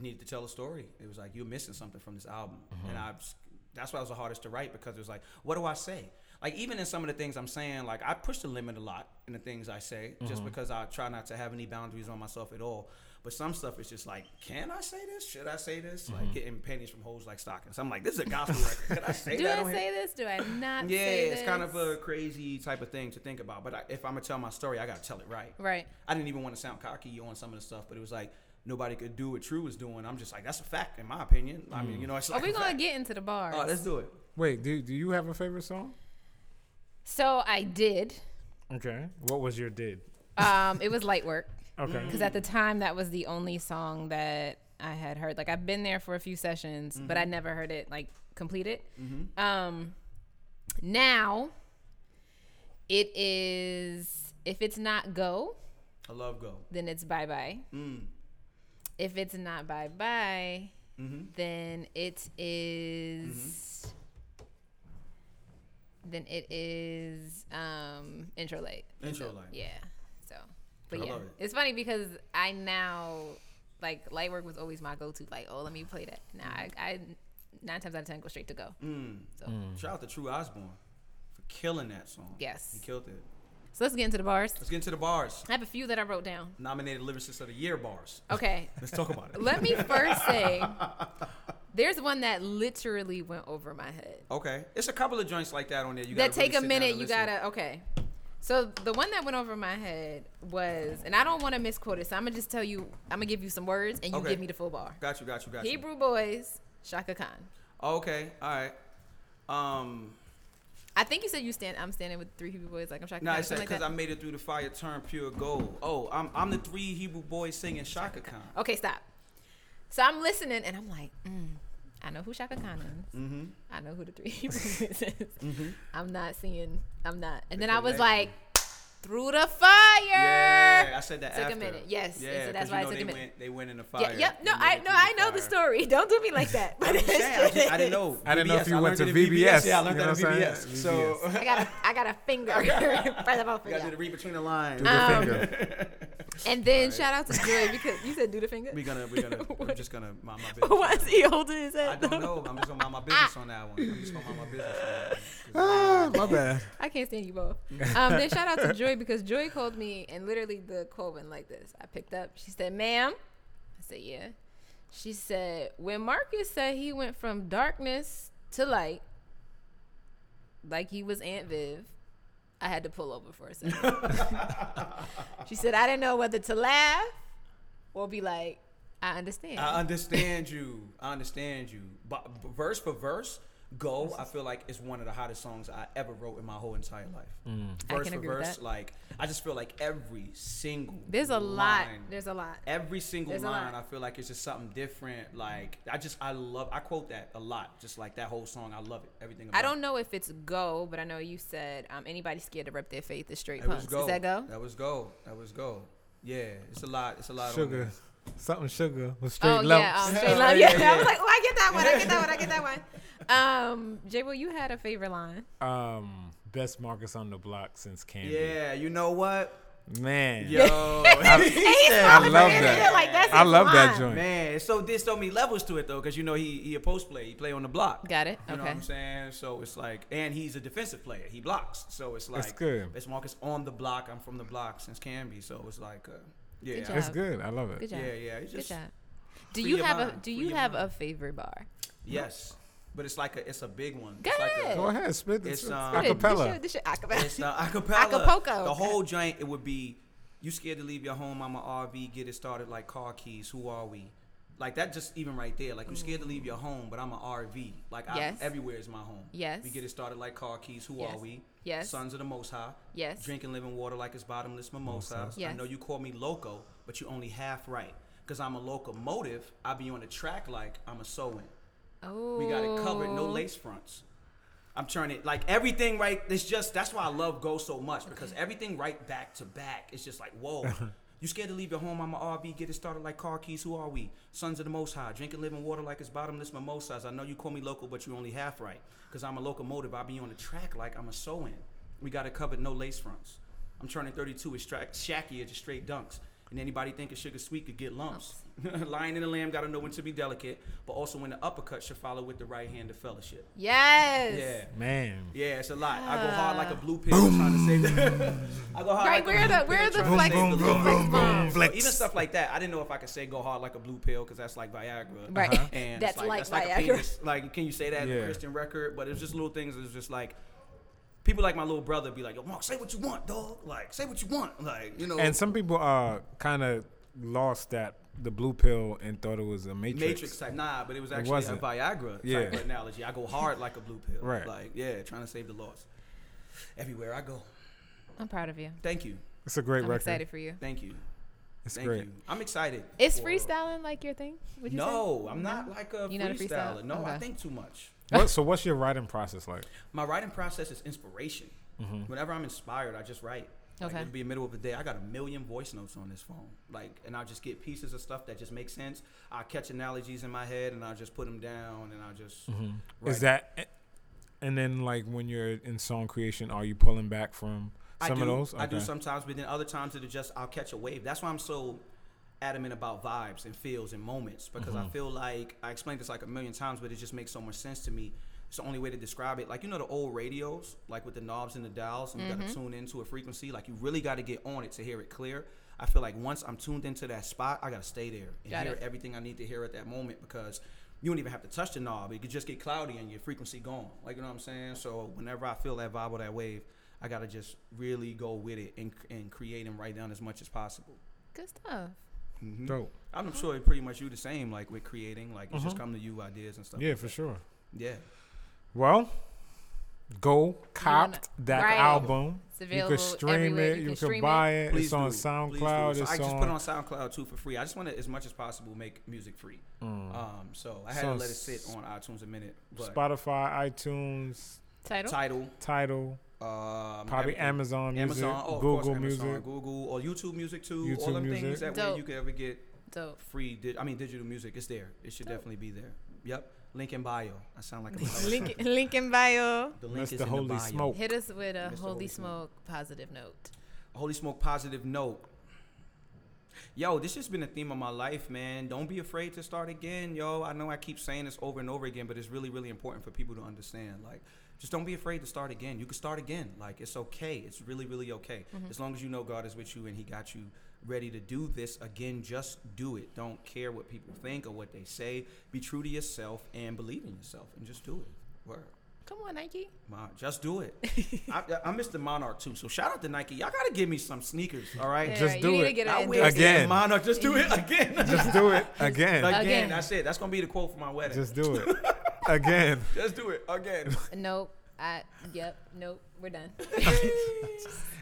Speaker 5: needed to tell a story. It was like you're missing something from this album, and I. was- That's why it was the hardest to write because it was like, what do I say? Like even in some of the things I'm saying, like I push the limit a lot in the things I say, just because I try not to have any boundaries on myself at all. But some stuff is just like, can I say this? Should I say this? Like getting pennies from hoes like stockings. I'm like, this is a gospel record. Can I say
Speaker 4: Do
Speaker 5: that?
Speaker 4: I
Speaker 5: on here?
Speaker 4: say this? Do I not
Speaker 5: Yeah,
Speaker 4: say
Speaker 5: it's kind of
Speaker 4: this?
Speaker 5: a crazy type of thing to think about. But I, if I'm gonna tell my story, I gotta tell it right.
Speaker 4: Right.
Speaker 5: I didn't even want to sound cocky on some of the stuff, but it was like nobody could do what True was doing. I'm just like, that's a fact in my opinion. I mean, you know, it's
Speaker 4: Are
Speaker 5: like
Speaker 4: we
Speaker 5: a
Speaker 4: going
Speaker 5: fact.
Speaker 4: to get into the bars?
Speaker 5: Oh, let's do it.
Speaker 3: Wait, do do you have a favorite song?
Speaker 4: so I did.
Speaker 3: Okay, what was your did?
Speaker 4: Um, it was light work.
Speaker 3: Okay,
Speaker 4: because at the time that was the only song that I had heard. Like I've been there for a few sessions, but I never heard it like completed. Um, now it is if it's not go,
Speaker 5: I love go.
Speaker 4: then it's bye bye. If it's not bye bye, then it is- Then it is um, intro late.
Speaker 5: Intro Light.
Speaker 4: Yeah. So, but
Speaker 5: I
Speaker 4: yeah,
Speaker 5: love it.
Speaker 4: it's funny because I now like light work was always my go-to. Like, oh, let me play that. Now I,
Speaker 5: Mm-hmm.
Speaker 4: I nine times out of ten go straight to go.
Speaker 5: Mm.
Speaker 4: So,
Speaker 5: Shout out to True Osborne for killing that song.
Speaker 4: Yes.
Speaker 5: he killed it.
Speaker 4: so let's get into the bars.
Speaker 5: Let's get into the bars.
Speaker 4: I have a few that I wrote down.
Speaker 5: Nominated lyricist of the year bars.
Speaker 4: Okay,
Speaker 5: Let's talk about it.
Speaker 4: let me first say, there's one that literally went over my head.
Speaker 5: Okay, it's a couple of joints like that on there. You
Speaker 4: that
Speaker 5: gotta really
Speaker 4: take a
Speaker 5: sit down and
Speaker 4: minute. You
Speaker 5: listen.
Speaker 4: gotta okay. So the one that went over my head was, and I don't want to misquote it. So I'm gonna just tell you. I'm gonna give you some words, and you
Speaker 5: Okay.
Speaker 4: give me the full bar.
Speaker 5: Got you, got you, got you.
Speaker 4: Hebrew boys, Shaka Khan.
Speaker 5: Okay, all right. Um,
Speaker 4: I think you said you stand. I'm standing with three Hebrew boys, like I'm Shaka
Speaker 5: No,
Speaker 4: Khan. or
Speaker 5: it's
Speaker 4: something
Speaker 5: because
Speaker 4: like
Speaker 5: I
Speaker 4: that.
Speaker 5: made it through the fire, turned pure gold. Oh, I'm I'm the three Hebrew boys singing Shaka Khan.
Speaker 4: Okay, stop. So I'm listening, and I'm like, mm, I know who Shaka Khan is.
Speaker 5: Mm-hmm.
Speaker 4: I know who the three Hebrew boys is. I'm not seeing. I'm not. And then I was like,
Speaker 5: connection.
Speaker 4: through the fire.
Speaker 5: Yeah, I said that
Speaker 4: Took a
Speaker 5: after.
Speaker 4: minute, yes, and
Speaker 5: Yeah,
Speaker 4: so that's
Speaker 5: 'cause
Speaker 4: why
Speaker 5: you
Speaker 4: I
Speaker 5: know
Speaker 4: took a
Speaker 5: they
Speaker 4: minute.
Speaker 5: Went, they went in the fire.
Speaker 4: Yeah, yep. No,
Speaker 5: They
Speaker 4: I
Speaker 5: made it
Speaker 4: no,
Speaker 5: through
Speaker 4: I know the
Speaker 5: fire.
Speaker 4: story. Don't do me like that. But
Speaker 5: I'm
Speaker 4: it's
Speaker 5: just saying, I, just, I didn't know.
Speaker 3: I didn't know if you
Speaker 5: I
Speaker 3: went
Speaker 5: learned
Speaker 3: to
Speaker 5: it at
Speaker 3: VBS,
Speaker 5: Yeah, I
Speaker 3: you
Speaker 5: learned
Speaker 3: know
Speaker 5: that at
Speaker 3: what I'm
Speaker 5: VBS.
Speaker 3: saying?
Speaker 5: So
Speaker 4: I got a I got a finger. First of all,
Speaker 5: you got to
Speaker 4: finger.
Speaker 5: read between the lines. Um,
Speaker 4: And then shout out to Joy because you said do the finger.
Speaker 5: We're gonna, we're gonna, we're just gonna mind my business.
Speaker 4: Why is he holding his
Speaker 5: I
Speaker 4: head?
Speaker 5: don't
Speaker 4: though?
Speaker 5: know. I'm just gonna mind my business on that one. I'm just gonna mind my business.
Speaker 3: Ah,
Speaker 5: On that one.
Speaker 3: my bad.
Speaker 4: I can't stand you both. Um, then shout out to Joy because Joy called me and literally the quote went like this. I picked up. She said, "Ma'am," I said, "Yeah." She said, "When Marcus said he went from darkness to light, like he was Aunt Viv, I had to pull over for a second. she said, "I didn't know whether to laugh or be like, I understand."
Speaker 5: I understand you. I understand you. But verse for verse, "Go" I feel like is one of the hottest songs I ever wrote in my whole entire life.
Speaker 4: Mm. I
Speaker 5: Verse
Speaker 4: can
Speaker 5: for
Speaker 4: agree with
Speaker 5: verse,
Speaker 4: that.
Speaker 5: like I just feel like every single
Speaker 4: There's a lot.
Speaker 5: line-
Speaker 4: There's a lot.
Speaker 5: every single
Speaker 4: There's a
Speaker 5: line I
Speaker 4: lot.
Speaker 5: feel like it's just something different. Like I just I love I quote that a lot. Just like that whole song, I love it. Everything. About
Speaker 4: I don't
Speaker 5: It.
Speaker 4: know if it's go, but I know you said um, anybody scared to rep their faith is straight
Speaker 5: It was
Speaker 4: punks.
Speaker 5: go.
Speaker 4: Is that go?
Speaker 5: That was go. That was go. Yeah, it's a lot. It's a lot. on
Speaker 3: Sugar,
Speaker 5: there.
Speaker 3: something sugar was straight
Speaker 4: oh
Speaker 3: low.
Speaker 4: yeah, um, straight
Speaker 5: Oh,
Speaker 4: love.
Speaker 5: yeah,
Speaker 4: Yeah, I
Speaker 5: yeah.
Speaker 4: was like, oh, I get that one. I get that one. I get that one. Um, Jay, well, you had a favorite line.
Speaker 3: Um, Best Marcus on the block since Candy.
Speaker 5: Yeah, you know what?
Speaker 3: Man.
Speaker 5: Yo,
Speaker 3: I love
Speaker 4: And
Speaker 3: that.
Speaker 4: they're like, that's
Speaker 3: I
Speaker 4: his
Speaker 3: love that
Speaker 4: line.
Speaker 3: joint.
Speaker 5: man, it's so there's so many levels to it though, because you know he he a post play, he play on the block.
Speaker 4: Got it.
Speaker 5: You know
Speaker 4: Okay.
Speaker 5: what I'm saying? So it's like, and he's a defensive player. He blocks. So it's like,
Speaker 3: That's good.
Speaker 5: It's Marcus on the block. I'm from the block since Canby. So it's like, uh, yeah,
Speaker 4: Good job.
Speaker 3: It's good. I love
Speaker 4: Good
Speaker 3: it.
Speaker 4: job.
Speaker 5: yeah, yeah. It's
Speaker 4: Good
Speaker 5: just
Speaker 4: job. Do
Speaker 5: free
Speaker 4: you
Speaker 5: your
Speaker 4: have a
Speaker 5: mind,
Speaker 4: Do
Speaker 5: free
Speaker 4: you
Speaker 5: your
Speaker 4: have
Speaker 5: mind.
Speaker 4: a favorite bar?
Speaker 5: yes, but it's like a it's a big one.
Speaker 4: Go
Speaker 5: it's like
Speaker 4: ahead.
Speaker 5: a,
Speaker 3: Go ahead, spit this.
Speaker 5: It's, um,
Speaker 4: This your-
Speaker 3: Acapella.
Speaker 4: This your, this your acapella.
Speaker 5: It's the acapella.
Speaker 4: Acapulco.
Speaker 5: The whole joint. It would be you scared to leave your home. I'm a RV. Get it started like car keys. Who are we? Like that, just even right there. Like you scared to leave your home, but I'm a RV. Like I,
Speaker 4: Yes.
Speaker 5: everywhere is my home.
Speaker 4: Yes.
Speaker 5: We get it started like car keys. Who
Speaker 4: Yes.
Speaker 5: are we?
Speaker 4: Yes.
Speaker 5: Sons of the Most High.
Speaker 4: Yes.
Speaker 5: Drinking living water like it's bottomless mimosa. I
Speaker 4: Yes.
Speaker 5: know you call me loco, but you only half right. Cause I'm a locomotive. I be on the track like I'm a sewing.
Speaker 4: Oh,
Speaker 5: We got it covered. No lace fronts. I'm turning like everything right. It's just that's why I love Go so much because everything right back to back. It's just like whoa. You scared to leave your home? I'm a RV. Get it started like car keys. Who are we? Sons of the Most High. Drinking living water like it's bottomless mimosas. I know you call me local, but you only half right. Cause I'm a locomotive. I be on the track like I'm a sewing. We got it covered. No lace fronts. I'm turning 32. It's tra- shacky. It's just straight dunks. And anybody thinking sugar sweet could get lumps. Lion and the lamb gotta know when to be delicate, but also when the uppercut should follow with the right hand of fellowship.
Speaker 4: Yes.
Speaker 5: Yeah.
Speaker 3: Man.
Speaker 5: Yeah, it's a lot. I go hard like a blue pill trying to save the. I go hard
Speaker 4: Right,
Speaker 5: like
Speaker 4: where
Speaker 5: a
Speaker 4: the
Speaker 5: blue
Speaker 4: where
Speaker 5: pill
Speaker 4: the
Speaker 5: trying to
Speaker 4: flex,
Speaker 5: save the
Speaker 4: the
Speaker 5: Lord.
Speaker 4: flex bomb?
Speaker 5: So even stuff like that, I didn't know if I could say go hard like a blue pill because that's like Viagra.
Speaker 4: Right. Uh-huh.
Speaker 5: And
Speaker 4: That's
Speaker 5: it's like,
Speaker 4: like
Speaker 5: that's like a
Speaker 4: Viagra.
Speaker 5: penis. Like, can you say that in
Speaker 3: Yeah.
Speaker 5: a Christian record? But it's just little things. It's just like people like my little brother be like, "Yo, Mark, say what you want, dog. Like, say what you want. Like, you know."
Speaker 3: And some people uh kind of lost that the blue pill and thought it was a matrix.
Speaker 5: Matrix type, nah, but it was actually a
Speaker 3: wasn't.
Speaker 5: Viagra type
Speaker 3: Yeah.
Speaker 5: of analogy. I go hard like a blue pill,
Speaker 3: Right.
Speaker 5: Like, yeah, trying to save the lost. Everywhere I go,
Speaker 4: I'm proud of you.
Speaker 5: thank you,
Speaker 3: It's a great
Speaker 4: I'm
Speaker 3: record.
Speaker 4: excited for you.
Speaker 5: thank you.
Speaker 3: It's
Speaker 5: Thank
Speaker 3: great.
Speaker 5: you. I'm excited.
Speaker 4: Is
Speaker 5: for-
Speaker 4: freestyling like your thing? Would you
Speaker 5: No, I'm not like a
Speaker 4: You're not a
Speaker 5: freestyler.
Speaker 4: freestyle?
Speaker 5: No, I
Speaker 4: Okay.
Speaker 5: think too much.
Speaker 3: What, so what's your writing process like?
Speaker 5: My writing process is inspiration.
Speaker 3: Mm-hmm.
Speaker 5: Whenever I'm inspired, I just write. Like,
Speaker 4: Okay.
Speaker 5: It'll be middle of the day. I got a million voice notes on this phone. Like, and I'll just get pieces of stuff that just make sense. I catch analogies in my head, and I'll just put them down, and I'll just.
Speaker 3: Is
Speaker 5: write.
Speaker 3: that and then like when you're in song creation, are you pulling back from
Speaker 5: I
Speaker 3: some
Speaker 5: do,
Speaker 3: of those?
Speaker 5: I do
Speaker 3: Okay.
Speaker 5: sometimes, but then other times it'll just I'll catch a wave. That's why I'm so adamant about vibes and feels and moments because
Speaker 3: Mm-hmm.
Speaker 5: I feel like I explained this like a million times, but it just makes so much sense to me. It's the only way to describe it. Like you know the old radios, like with the knobs and the dials, and
Speaker 4: Mm-hmm.
Speaker 5: you gotta tune into a frequency. Like you really gotta get on it to hear it clear. I feel like once I'm tuned into that spot, I gotta stay there and
Speaker 4: Got
Speaker 5: hear
Speaker 4: it.
Speaker 5: everything I need to hear at that moment because you don't even have to touch the knob. It could just get cloudy and your frequency gone. Like you know what I'm saying? So whenever I feel that vibe or that wave, I gotta just really go with it and and create and write down as much as possible.
Speaker 4: Good stuff.
Speaker 3: Dope.
Speaker 5: I'm sure pretty much you the same. Like with creating, like it's just come to you ideas and stuff.
Speaker 3: Yeah, for sure.
Speaker 5: Yeah.
Speaker 3: Well, go
Speaker 4: wanna-
Speaker 3: cop that
Speaker 4: Right.
Speaker 3: album.
Speaker 4: It's
Speaker 3: You
Speaker 4: available
Speaker 3: can stream
Speaker 4: everywhere.
Speaker 3: it.
Speaker 4: You
Speaker 3: You
Speaker 4: can
Speaker 3: can
Speaker 4: stream
Speaker 3: buy it.
Speaker 5: Please
Speaker 3: It's on
Speaker 5: do. Please do.
Speaker 3: SoundCloud.
Speaker 5: So
Speaker 3: It's
Speaker 5: I just
Speaker 3: on.
Speaker 5: put it on SoundCloud too for free. I just want to, as much as possible, make music free.
Speaker 3: mm,
Speaker 5: Um, so I had
Speaker 3: So
Speaker 5: to let it
Speaker 3: s-
Speaker 5: sit on iTunes a minute. But
Speaker 3: Spotify, iTunes,
Speaker 4: Title.
Speaker 5: title,
Speaker 3: Title,
Speaker 5: um,
Speaker 3: probably
Speaker 5: everything.
Speaker 3: Amazon Music,
Speaker 5: Amazon, oh, of course,
Speaker 3: Google
Speaker 5: Amazon,
Speaker 3: Music.
Speaker 5: Google, or YouTube Music too. all
Speaker 3: YouTube
Speaker 5: them things
Speaker 3: Music.
Speaker 5: that way
Speaker 4: Dope.
Speaker 5: you could ever get
Speaker 4: Dope.
Speaker 5: free. Di- I mean, digital music. It's there. It should definitely be there. Yep. Link in bio. I sound like a
Speaker 4: Link, link in bio.
Speaker 5: The
Speaker 3: That's
Speaker 5: link is
Speaker 3: the
Speaker 5: in
Speaker 3: holy
Speaker 5: the bio.
Speaker 3: smoke.
Speaker 4: Hit us with a
Speaker 5: Mr.
Speaker 4: holy,
Speaker 5: Holy
Speaker 4: smoke positive note.
Speaker 5: Holy smoke positive note. Yo, this has been a theme of my life, man. Don't be afraid to start again, yo. I know I keep saying this over and over again, but it's really, really important for people to understand. Like, just don't be afraid to start again. You can start again. Like, it's okay. It's really, really okay. As long as you know God is with you and He got you ready to do this again, just do it. Don't care what people think or what they say. Be true to yourself and believe in yourself and just do it. Word.
Speaker 4: Come on, Nike.
Speaker 5: Ma, just do it. I, I missed the Monarch too, so shout out to Nike. Y'all gotta give me some sneakers, all right?
Speaker 4: Yeah,
Speaker 3: Just
Speaker 4: you
Speaker 3: do
Speaker 4: need to
Speaker 3: it.
Speaker 4: get
Speaker 5: I
Speaker 4: an
Speaker 5: wish
Speaker 4: endorsement.
Speaker 3: Again.
Speaker 5: that Monarch just do it again.
Speaker 3: Just do it again.
Speaker 5: again.
Speaker 4: Again.
Speaker 5: That's it. That's gonna be the quote for my wedding. Just,
Speaker 3: Just do it again.
Speaker 5: do it again.
Speaker 4: Nope. I. Yep. Nope. We're done.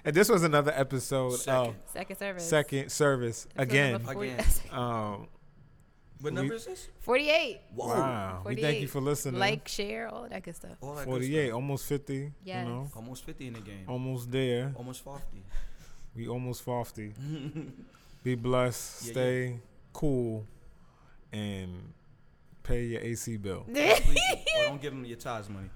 Speaker 3: And this was another episode
Speaker 5: Second.
Speaker 4: Second service.
Speaker 3: of Second Service
Speaker 4: Episode
Speaker 3: again.
Speaker 4: number
Speaker 5: Again.
Speaker 4: 40
Speaker 3: Um,
Speaker 5: What number is this?
Speaker 4: Forty-eight.
Speaker 5: Whoa.
Speaker 3: wow. We thank you
Speaker 4: 48.
Speaker 3: for listening.
Speaker 4: Like, share, all that good stuff.
Speaker 5: All that good
Speaker 3: Forty-eight, Oh. almost fifty.
Speaker 4: Yes.
Speaker 3: You know,
Speaker 5: stuff. Almost 50 in the game.
Speaker 3: almost there.
Speaker 5: Almost 50.
Speaker 3: We almost fifty. Be blessed.
Speaker 5: Yeah,
Speaker 3: stay cool, and pay your AC bill.
Speaker 5: Please, or don't give them your ties money.